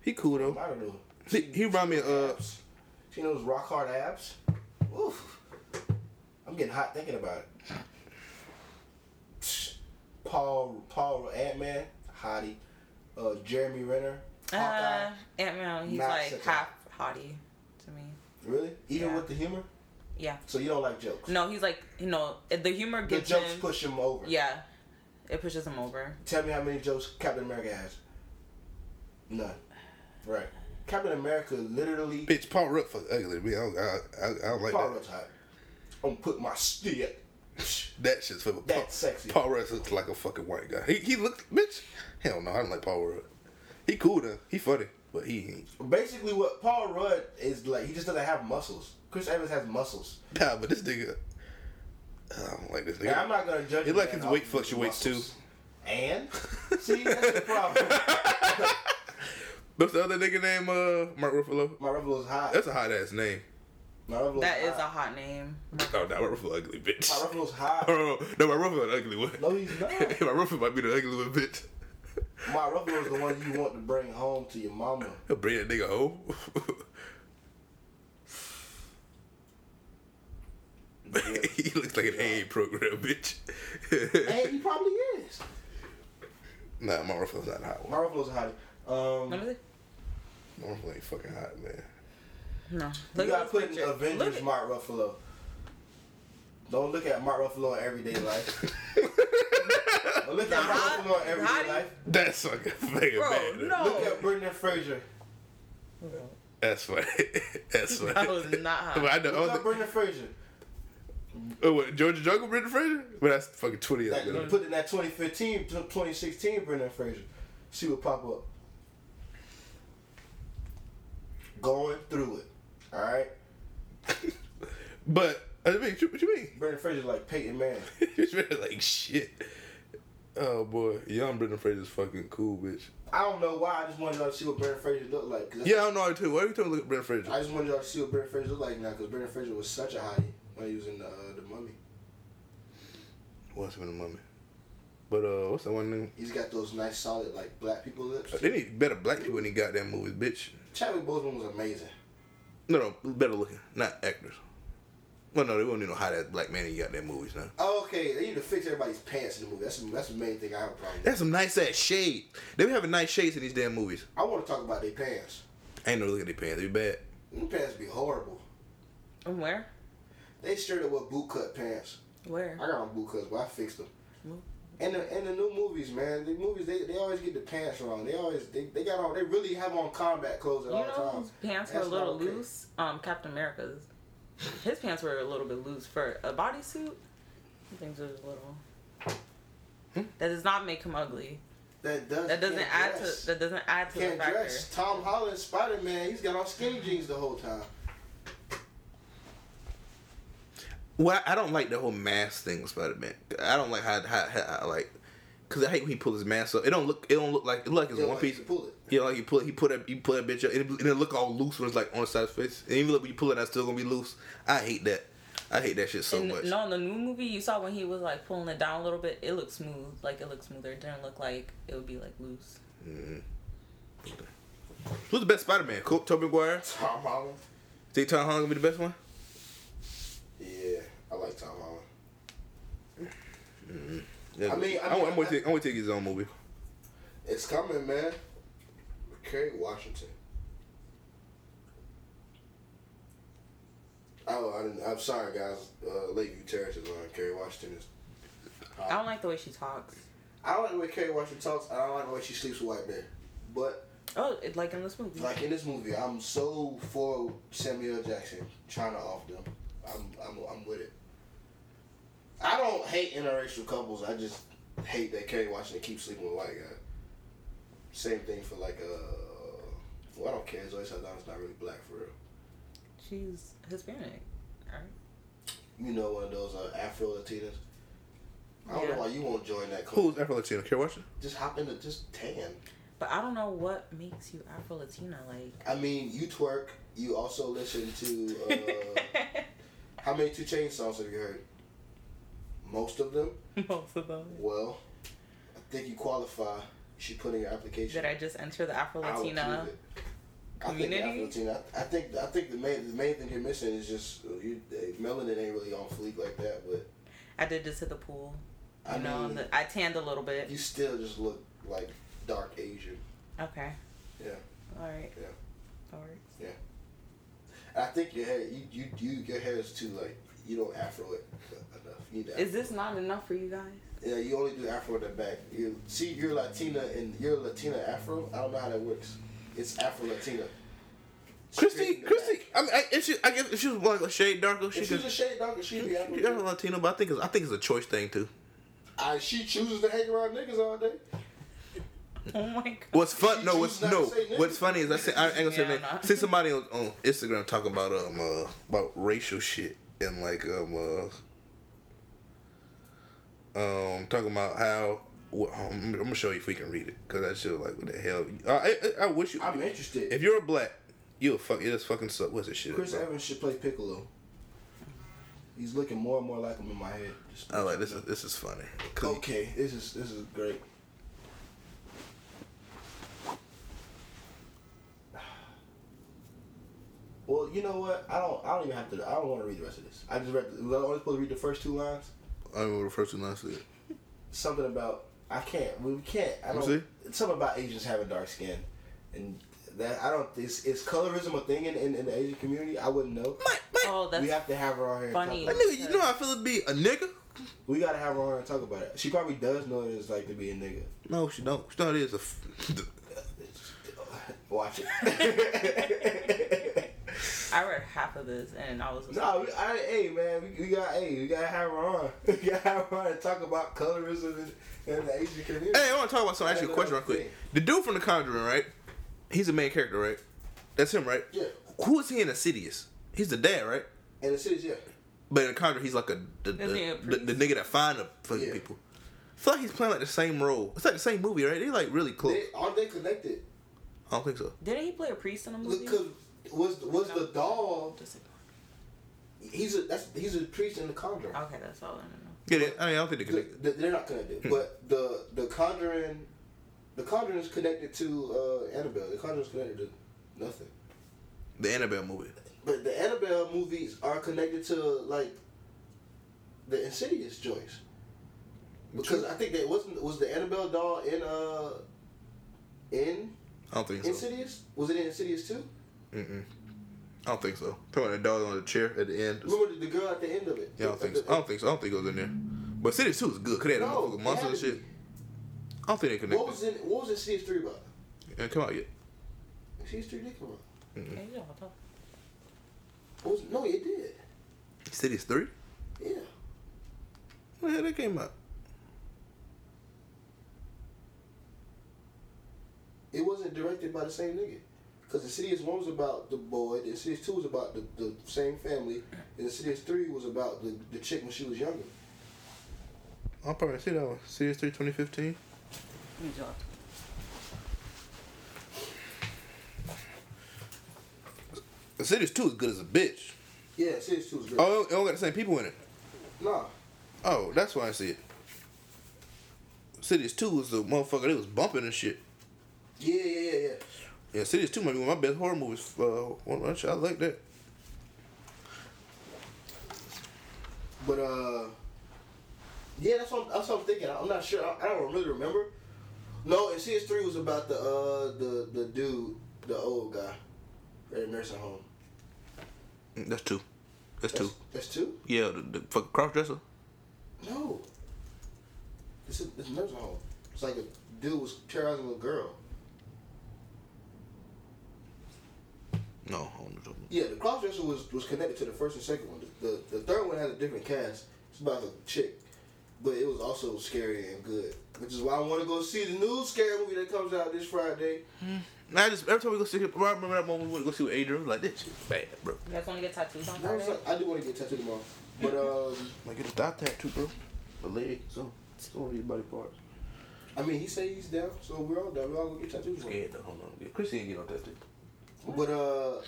Speaker 2: He cool though.
Speaker 1: I don't know.
Speaker 2: He, he remind me of uh,
Speaker 1: Abs. She knows rock hard abs. Oof. I'm getting hot thinking about it. Psh. Paul Paul Ant Man, hottie. Uh, Jeremy Renner, Hawkeye.
Speaker 3: Uh, Ant Man, he's
Speaker 1: Not
Speaker 3: like
Speaker 1: such a-
Speaker 3: half hottie to me.
Speaker 1: really? Even
Speaker 3: yeah.
Speaker 1: with the humor?
Speaker 3: Yeah.
Speaker 1: So you don't like jokes?
Speaker 3: No, he's like you know the humor
Speaker 1: The
Speaker 3: gets
Speaker 1: jokes
Speaker 3: him.
Speaker 1: push him over.
Speaker 3: Yeah, it pushes him over.
Speaker 1: Tell me how many jokes Captain America has. None. Right. Captain America literally
Speaker 2: bitch Paul Rudd for ugly. Me, I don't, I, I, I don't like
Speaker 1: Paul
Speaker 2: that.
Speaker 1: Rudd's hot. I'm gonna put my stick. Psh.
Speaker 2: That shit's for
Speaker 1: That's sexy.
Speaker 2: Paul Rudd looks like a fucking white guy. He he looks bitch. Hell no, I don't like Paul Rudd. He cool though. He funny, but he ain't.
Speaker 1: Basically, what Paul Rudd is like, he just doesn't have muscles. Chris Evans has muscles.
Speaker 2: Nah, but this nigga, I don't like this nigga.
Speaker 1: And I'm not gonna judge.
Speaker 2: He
Speaker 1: a
Speaker 2: like
Speaker 1: man
Speaker 2: his
Speaker 1: off
Speaker 2: weight
Speaker 1: of
Speaker 2: fluctuates, too.
Speaker 1: muscles. And see, that's the problem.
Speaker 2: What's the other nigga name? Uh, Mark Ruffalo.
Speaker 1: My Ruffalo's hot.
Speaker 2: That's a hot ass name.
Speaker 1: My Ruffalo's
Speaker 3: That is a
Speaker 1: hot.
Speaker 3: hot name.
Speaker 1: Hmm.
Speaker 2: Oh, no, my Ruffalo ugly bitch.
Speaker 1: My Ruffalo's hot.
Speaker 2: Oh, no, my Ruffalo the ugly one.
Speaker 1: No, he's not.
Speaker 2: my Ruffalo might be the ugly one, bitch.
Speaker 1: My Ruffalo's the one you want to bring home to your mama.
Speaker 2: He'll bring that nigga home. he looks like an AA program, bitch.
Speaker 1: And he probably is.
Speaker 2: nah, my Ruffalo's not a hot
Speaker 1: My
Speaker 2: one.
Speaker 1: Ruffalo's hot. Um,
Speaker 3: Let me see.
Speaker 2: My Ruffalo ain't fucking hot, man.
Speaker 3: No.
Speaker 1: you
Speaker 3: Look
Speaker 1: gotta
Speaker 3: at
Speaker 1: put in
Speaker 3: this picture. Look
Speaker 1: Avengers
Speaker 3: at-
Speaker 1: Mark Ruffalo. Don't look at Mark Ruffalo in everyday life. Don't look at Mark
Speaker 3: Hot-
Speaker 1: Ruffalo in everyday
Speaker 3: hottie. Oh.
Speaker 1: life.
Speaker 2: That's fucking fucking
Speaker 3: Bro,
Speaker 2: bad.
Speaker 3: no.
Speaker 1: Look at Brendan Fraser.
Speaker 2: That's funny. That's funny.
Speaker 3: That was not hot.
Speaker 2: But I know.
Speaker 1: Look up
Speaker 2: Only,
Speaker 1: Brendan Fraser.
Speaker 2: oh, what, Georgia Jungle, Brendan Fraser? But that's fucking 20 years
Speaker 1: Like,
Speaker 2: ago.
Speaker 1: put in that 2015, 2016 Brendan Fraser. She would pop up. Going through it. Alright?
Speaker 2: But, I mean, what you- what you mean?
Speaker 1: Brendan Fraser like Peyton Manning.
Speaker 2: It's really like shit. Oh boy, young Brendan Fraser's fucking cool, bitch.
Speaker 1: I don't know why. I just wanted y'all to see what Brendan Fraser looked like. 'cause
Speaker 2: Yeah, I don't know how too. Why are you talking look at Brendan Fraser?
Speaker 1: I just wanted y'all to see what Brendan Fraser looked like now because Brendan Fraser was such a hottie when he was in the, uh, the Mummy.
Speaker 2: What's in the mummy? But uh, what's that one name? Uh,
Speaker 1: He's got those nice, solid, like black people lips.
Speaker 2: They need better black people in these goddamn movies, bitch.
Speaker 1: Chadwick Boseman was amazing.
Speaker 2: No, no, better looking, not actors. Well, no, they won't need no hot ass black man in goddamn movies now.
Speaker 1: Okay, they need to fix everybody's pants in the movie. That's that's the main thing I have a problem with.
Speaker 2: That's some nice ass shade. They be having nice shades in these damn movies.
Speaker 1: I want to talk about their pants.
Speaker 2: ain't no look at their pants. They bad.
Speaker 1: Them pants be horrible.
Speaker 3: And where?
Speaker 1: They straight up with boot cut pants. I
Speaker 3: Where?
Speaker 1: got on boot cuts, but I fixed them.
Speaker 3: Mm.
Speaker 1: And the, and the new movies, man, the movies they, they always get the pants wrong. They always they, they got on they really have on combat clothes at
Speaker 3: You
Speaker 1: all
Speaker 3: know
Speaker 1: times.
Speaker 3: whose pants were a
Speaker 1: That's not
Speaker 3: little
Speaker 1: okay.
Speaker 3: loose? Um, Captain America's. His pants were a little bit loose for a bodysuit. Things were a little. That does not make him ugly.
Speaker 1: That does
Speaker 3: That doesn't
Speaker 1: Hmm? can't
Speaker 3: add
Speaker 1: dress.
Speaker 3: to that doesn't add to the
Speaker 1: can't
Speaker 3: factor.
Speaker 1: dress. Tom Holland, Spider Man, he's got on skinny jeans the whole time.
Speaker 2: Well, I don't like the whole mask thing with Spider Man. I don't like how, how, how I like, cause I hate when he pulls his mask up. It don't look. It don't look like. It look like it's
Speaker 1: You know,
Speaker 2: one
Speaker 1: like,
Speaker 2: piece.
Speaker 1: you Pull it.
Speaker 2: Yeah, like you pull, he put that, he put that bitch up, and it, and it look all loose when it's like on the side of his face. And even though you pull it, that's still gonna be loose. I hate that. I hate that shit so
Speaker 3: And
Speaker 2: much.
Speaker 3: no, in the new movie you saw when he was like pulling it down a little bit, it looked smooth. Like it looked smoother. It didn't look like it would be like loose.
Speaker 2: Who's the best Spider Man? Co- Tobey Maguire?
Speaker 1: Tom Holland.
Speaker 2: Think Tom Holland gonna be the best one?
Speaker 1: Yeah, I like Tom Holland.
Speaker 2: Yeah,
Speaker 1: I mean- I
Speaker 2: I,
Speaker 1: mean,
Speaker 2: am gonna take, I'm gonna take his own movie.
Speaker 1: It's coming, man. Kerry Washington. Oh, I didn't, I'm sorry, guys. Uh, Lakeview Terrace is on. Kerry Washington is.
Speaker 3: I don't like the way she talks.
Speaker 1: I don't like the way Kerry Washington talks. I don't like the way she sleeps with white men. But
Speaker 3: Oh, it, like in this movie.
Speaker 1: like in this movie, I'm so for Samuel L. Jackson trying to off them. I'm I'm I'm with it. I don't hate interracial couples. I just hate that Kerry Washington keeps sleeping with white guy. Same thing for like uh, well I don't care. Zoe Saldana's not really black for real.
Speaker 3: She's Hispanic. Right?
Speaker 1: You know one of those uh, Afro Latinas. I don't
Speaker 3: Yeah.
Speaker 1: know why you won't join that club.
Speaker 2: Who's Afro Latino? Care Washington?
Speaker 1: Just hop into just tan.
Speaker 3: But I don't know what makes you Afro Latina. Like,
Speaker 1: I mean, you twerk. You also listen to. Uh, How many Two Chain songs have you heard? Most of them.
Speaker 3: most of them.
Speaker 1: Well, I think you qualify. You should put in your application.
Speaker 3: Did I just enter the Afro
Speaker 1: I would
Speaker 3: Latina?
Speaker 1: choose it. I think the
Speaker 3: community?
Speaker 1: Afro-Latina- I I think I think the main the main thing you're missing is just uh, you, uh, melanin ain't really on fleek like that, but
Speaker 3: I did this at the pool. You
Speaker 1: I
Speaker 3: know,
Speaker 1: mean,
Speaker 3: the, I tanned a little bit.
Speaker 1: you still just look like dark Asian.
Speaker 3: Okay.
Speaker 1: Yeah.
Speaker 3: All right.
Speaker 1: Yeah.
Speaker 3: That works.
Speaker 1: And I think your hair you, you you your hair is too like you don't afro it enough. You need to
Speaker 3: Is this not enough for you guys?
Speaker 1: Yeah, you only do Afro in the back. You see, you're Latina and you're Latina Afro. I don't know how that works. It's Afro Latina.
Speaker 2: Christy, Christy. I mean, I, if she, I guess if she was like a shade darker, she
Speaker 1: If
Speaker 2: could.
Speaker 1: she's a shade darker, she'd be Afro.
Speaker 2: She's Afro
Speaker 1: Latina.
Speaker 2: Latino, but I think it's, I think it's a choice thing too.
Speaker 1: I, she chooses to hang around niggas all day.
Speaker 3: Oh my god.
Speaker 2: What's fun? No,
Speaker 1: She
Speaker 2: what's
Speaker 1: choose not to
Speaker 2: no.
Speaker 1: say nigga.
Speaker 2: What's funny is I said I ain't gonna say
Speaker 3: Yeah,
Speaker 2: that.
Speaker 3: nah.
Speaker 2: See somebody on, on Instagram talking about um uh, about racial shit and like um uh, um talking about how. Well, I'm, I'm gonna show you if we can read it because that shit was like what the hell. I, I, I wish you.
Speaker 1: I'm interested.
Speaker 2: if you're a black, you a fuck. It is fucking suck. What's this shit?
Speaker 1: Chris
Speaker 2: bro?
Speaker 1: Evans should play Piccolo. He's looking more and more like him in my head. Just-
Speaker 2: I like this. Is, this is funny. 'Cause
Speaker 1: Okay, this is this is great. Well, you know what? I don't. I don't even have to. I don't want to read the rest of this. I just read. The, was I only supposed to read the first two lines?
Speaker 2: I remember the first one I said.
Speaker 1: Something about I can't. We can't. I
Speaker 2: You
Speaker 1: don't.
Speaker 2: see?
Speaker 1: It's something about Asians having dark skin, and that I don't. Is, is colorism a thing in, in, in the Asian community? I wouldn't know.
Speaker 2: My, my,
Speaker 3: Oh,
Speaker 1: we
Speaker 3: that's
Speaker 1: have to have her on here. and talk
Speaker 3: funny.
Speaker 1: about it.
Speaker 2: nigga, you know how I feel to be a nigga?
Speaker 1: We gotta have her on here and talk about it. She probably does know what it's like to be a nigga.
Speaker 2: No, she don't. She don't is a. F-
Speaker 1: Watch it.
Speaker 3: I read half of this and I was just
Speaker 1: no, we, I, hey man, we, we got hey, we gotta have her on. We gotta have her on and talk about colorism in, in the Asian community.
Speaker 2: Hey, I want to talk about something. Ask you a question real quick. The dude from The Conjuring, right? He's the main character, right? That's him, right?
Speaker 1: Yeah,
Speaker 2: Who is he in Insidious? He's the dad, right?
Speaker 1: in the cities, yeah.
Speaker 2: But in The Conjuring, he's like a the,
Speaker 3: Is he a
Speaker 2: the, the, the nigga that find the fucking
Speaker 1: Yeah.
Speaker 2: people. I feel like he's playing like the same role. It's like the same movie, right? They like really close.
Speaker 1: They, are they connected?
Speaker 2: I don't think so.
Speaker 3: Didn't he play a priest in a movie?
Speaker 1: Because was was the doll?
Speaker 3: Just a-
Speaker 1: He's a that's he's a priest in the Conjuring.
Speaker 3: Okay, that's all I want to know.
Speaker 2: Yeah, they, I, mean, I don't think they
Speaker 1: The,
Speaker 2: connected.
Speaker 1: the, they're not connected,
Speaker 2: Hmm.
Speaker 1: but the the Conjuring, the Conjuring is connected to uh, Annabelle. The Conjuring is connected to nothing.
Speaker 2: The Annabelle movie.
Speaker 1: But the Annabelle movies are connected to like the Insidious joints because I think that wasn't was the Annabelle doll in uh in
Speaker 2: I don't think so.
Speaker 1: Insidious was it in Insidious too?
Speaker 2: Mm-mm. I don't think so. Talking about the dog on the chair at the end.
Speaker 1: Remember the, the girl at the end of it?
Speaker 2: Yeah, I don't think so. I don't think so. I don't think it was in there. But City 2 is good. Cause they had a
Speaker 1: No,
Speaker 2: motherfucking
Speaker 1: it
Speaker 2: monster
Speaker 1: had
Speaker 2: and
Speaker 1: to be.
Speaker 2: shit. I don't think they connected.
Speaker 1: What was in What was Insidious three about?
Speaker 2: It didn't come out yet.
Speaker 1: Insidious three did come out.
Speaker 2: Mm-mm.
Speaker 3: Hey, y'all talk.
Speaker 1: What was, no, it did.
Speaker 2: City's 3?
Speaker 1: Yeah,
Speaker 2: When the hell that came out?
Speaker 1: it wasn't directed by the same nigga. Because Insidious one was about the boy, the Insidious two was about the, the same family, and Insidious three was about the, the chick when she was younger.
Speaker 2: I'll probably see that one. City's 3 2015.
Speaker 3: Hey, y'all.
Speaker 2: City's 2 is good as a bitch.
Speaker 1: Yeah, Insidious two was good.
Speaker 2: Oh, it don't got the same people in it.
Speaker 1: Nah.
Speaker 2: Oh, that's why I see it. City's 2 was the motherfucker that was bumping and shit.
Speaker 1: Yeah, yeah, yeah, yeah.
Speaker 2: Yeah, City's 2 might be one of my best horror movies. Uh, one, that shit- I like that.
Speaker 1: But uh, Yeah, that's what I'm, that's what I'm thinking. I'm not sure. I, I don't really remember. No, and CS3 was about the uh the the dude, the old guy, at a nursing home.
Speaker 2: Mm, That's two. That's,
Speaker 1: That's,
Speaker 2: two.
Speaker 1: That's two.
Speaker 2: Yeah, the, the fucking cross dresser.
Speaker 1: No. It's a, it's a nursing home. It's like a dude was terrorizing a girl.
Speaker 2: No, I don't know.
Speaker 1: Yeah, the crossdresser was was connected to the first and second one. The, the the third one had a different cast. It's about a chick, but it was also scary and good, which is why I want to go see the new scary movie that comes out this Friday.
Speaker 2: And I just every time we go see him, I remember that moment we went to go see with Adrian. Like this shit's bad, bro.
Speaker 3: You guys want to get tattoos on
Speaker 1: I, was
Speaker 3: Friday?
Speaker 1: like, I do want to get tattooed tomorrow, but um,
Speaker 2: Like get a thigh tattoo, bro. A leg, so oh, it's all these body parts.
Speaker 1: I mean, he says he's down, so we're all down. We all gonna get tattooed. tomorrow.
Speaker 2: Scared though. Hold on. Yeah, Chris ain't get no tattoo.
Speaker 1: But uh,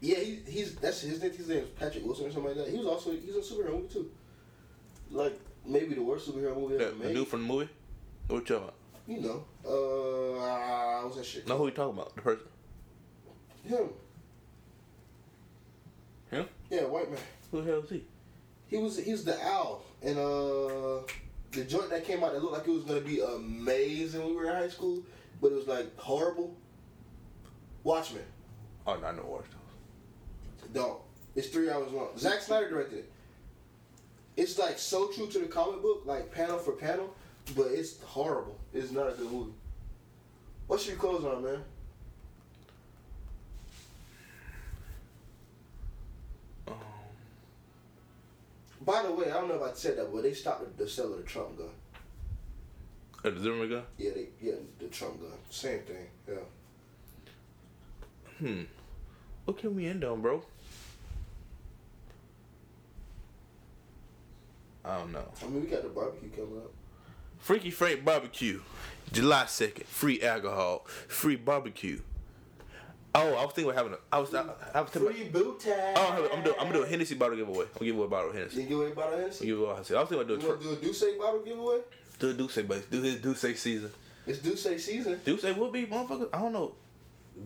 Speaker 1: yeah, he, he's that's his name. His name is Patrick Wilson or something like that. He was also he's in a superhero movie too, like maybe the worst superhero movie ever
Speaker 2: That the
Speaker 1: made.
Speaker 2: dude from the movie. What you talking about?
Speaker 1: you know, uh, what's that shit?
Speaker 2: No, who you talking about? The person.
Speaker 1: Him.
Speaker 2: Him?
Speaker 1: Yeah, white man.
Speaker 2: Who the hell is he?
Speaker 1: He was he was the owl and uh the joint that came out that looked like it was gonna be amazing when we were in high school, but it was like horrible. Watchmen.
Speaker 2: Oh no, I know Orange Juice.
Speaker 1: Don't. It's three hours long. Zack Snyder directed it. It's like so true to the comic book, like panel for panel, but it's horrible. It's not a good movie. What's your clothes on, man?
Speaker 2: Um,
Speaker 1: By the way, I don't know if I said that, but they stopped the, the sale of the Trump gun.
Speaker 2: uh, the Zimmerman guy.
Speaker 1: Yeah, they yeah the Trump gun. Same thing. Yeah.
Speaker 2: Hmm. What can we end on, bro? I don't know.
Speaker 1: I mean, we got the barbecue coming up.
Speaker 2: Freaky Frank Barbecue, July second. Free alcohol, free barbecue. Oh, I was thinking about having a. I was. I, I was thinking. About,
Speaker 1: Free boot tag.
Speaker 2: oh, I'm doing. I'm doing a Hennessy bottle giveaway. I'm giving away a bottle of Hennessy.
Speaker 1: You give away bottle of Hennessy?
Speaker 2: I'm giving away a Hennessy. I was thinking
Speaker 1: You
Speaker 2: about doing.
Speaker 1: want
Speaker 2: Tr-
Speaker 1: to do a Duce bottle giveaway?
Speaker 2: do a Duce, but do his Duce season.
Speaker 1: It's Duce season.
Speaker 2: Duce would be motherfucker. I don't know.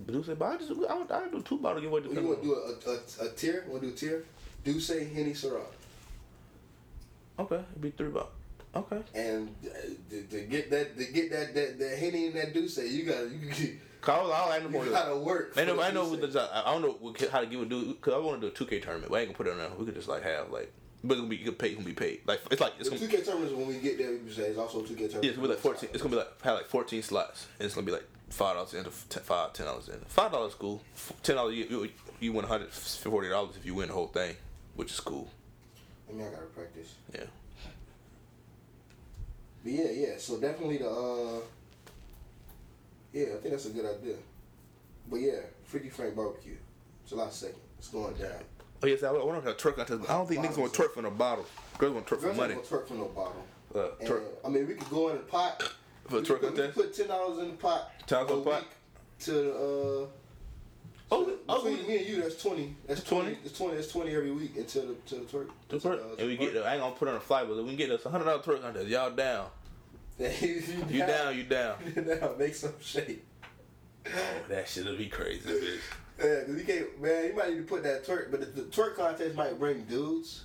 Speaker 2: Duce, but I just. I don't, I don't do two bottle giveaway.
Speaker 1: You want to do a, a, a, a tier? Want to do a tier? Duce, Henny, Syrah.
Speaker 2: okay, it'd be three bottles. Okay.
Speaker 1: And uh, to, to get that, to get that, that, that Henny and that Duce, you gotta, you, you,
Speaker 2: Cause I don't like no
Speaker 1: you
Speaker 2: more.
Speaker 1: gotta work.
Speaker 2: I
Speaker 1: for
Speaker 2: know, I know
Speaker 1: Duce.
Speaker 2: with the, I don't know what- how to give a dude because I want to do a 2K tournament. But I ain't gonna put it on there. We could just like have like, but it's gonna be you could pay, gonna be paid. Like it's like it's
Speaker 1: The
Speaker 2: gonna,
Speaker 1: 2K tournaments when we get there, you say it's also 2K tournaments.
Speaker 2: yeah, it's gonna be like 14. It's gonna be like have like 14 slots, and it's gonna be like five dollars into ten, five, ten dollars in. Five dollars cool. F- Ten dollars you, you you win 140 dollars if you win the whole thing, which is cool.
Speaker 1: I mean, I gotta practice.
Speaker 2: Yeah.
Speaker 1: But yeah, yeah. So definitely the. uh Yeah, I think that's a good idea. But yeah, Freaky Frank Barbecue, July second. It's going down.
Speaker 2: Oh yes, I, I want to twerk contest. But I don't think niggas want to twerk for no bottle. Girls want to twerk for
Speaker 1: Girls
Speaker 2: money.
Speaker 1: ain't gonna twerk from no bottle.
Speaker 2: Uh,
Speaker 1: And,
Speaker 2: twerk
Speaker 1: I mean, we could go in the pot.
Speaker 2: for
Speaker 1: we
Speaker 2: the
Speaker 1: could
Speaker 2: twerk
Speaker 1: put- we could
Speaker 2: contest.
Speaker 1: put ten dollars in the pot.
Speaker 2: $10
Speaker 1: a
Speaker 2: in the pot?
Speaker 1: week To uh,
Speaker 2: Oh, oh,
Speaker 1: between me and you, that's twenty. That's twenty.
Speaker 2: 20?
Speaker 1: That's twenty. That's twenty every week until the to the twerk. uh,
Speaker 2: the twerk. And we get. the- I ain't gonna put it on the fly, but we can get us a hundred dollar twerk contest. Y'all down. You down, you down.
Speaker 1: You down? Make some shape.
Speaker 2: Oh, that shit'll be crazy, bitch.
Speaker 1: Yeah, cause you can't, man. You might need to put that twerk, but the, the twerk contest might bring dudes,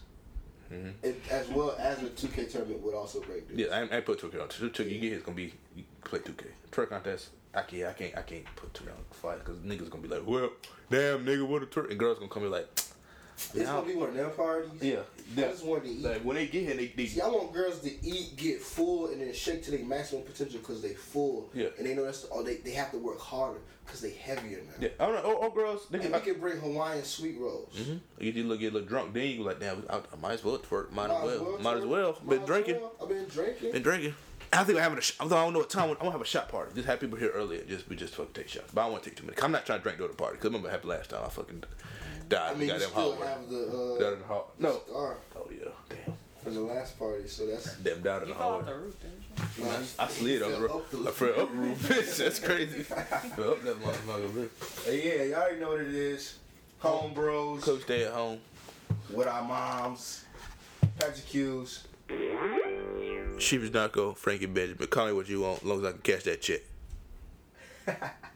Speaker 2: Mhm.
Speaker 1: it, as well as the two K tournament would also bring dudes.
Speaker 2: Yeah, I, ain't- I ain't put 2K on. 2K, you get it's gonna be you play 2K. Twerk contest. I can't, I can't, I can't put 2K on the fly because niggas gonna be like, well, damn nigga, what a twerk, and girls gonna come be like,
Speaker 1: It's gonna be one of them parties.
Speaker 2: yeah,
Speaker 1: I just want to eat.
Speaker 2: Like when they get here, they, they
Speaker 1: See, I want girls to eat, get full, and then shake to their maximum potential because they full.
Speaker 2: Yeah.
Speaker 1: And they know that's all they, they have to work harder because they heavier now.
Speaker 2: yeah. I don't know. Oh, oh girls, they
Speaker 1: And
Speaker 2: can.
Speaker 1: we can bring Hawaiian sweet rolls.
Speaker 2: Mhm. You get a little, get a little drunk, then you like, damn, I, I might as well twerk, might,
Speaker 1: Might
Speaker 2: as well, might as
Speaker 1: too.
Speaker 2: well.
Speaker 1: Might
Speaker 2: Been
Speaker 1: as
Speaker 2: drinking,
Speaker 1: well. I've been drinking.
Speaker 2: been drinking. I think I'm having a. Sh- I don't know what time. I'm gonna have a shot party. Just have people here earlier. Just we just fucking take shots. But I want to take too many. 'Cause I'm not trying to drink during the party. Cause remember what happened last time. I fucking died.
Speaker 1: I mean, you
Speaker 2: goddamn
Speaker 1: still
Speaker 2: hallway.
Speaker 1: have the, uh,
Speaker 2: Down in the hall. No.
Speaker 1: scar
Speaker 2: Oh yeah. Damn.
Speaker 1: from the last party, so that's.
Speaker 2: Damn down in
Speaker 3: You
Speaker 2: the
Speaker 3: fell
Speaker 2: hallway.
Speaker 3: off the roof, didn't you?
Speaker 2: I slid up, bro. I fell up room, bitch. That's crazy. Fell up that motherfucker, bitch.
Speaker 1: Hey, yeah, y'all already know what it is. Home bros
Speaker 2: Coach stay at home.
Speaker 1: with our moms. Patrick Hughes.
Speaker 2: She was Frankie Benjamin. Call me what you want, as long as I can cash that check.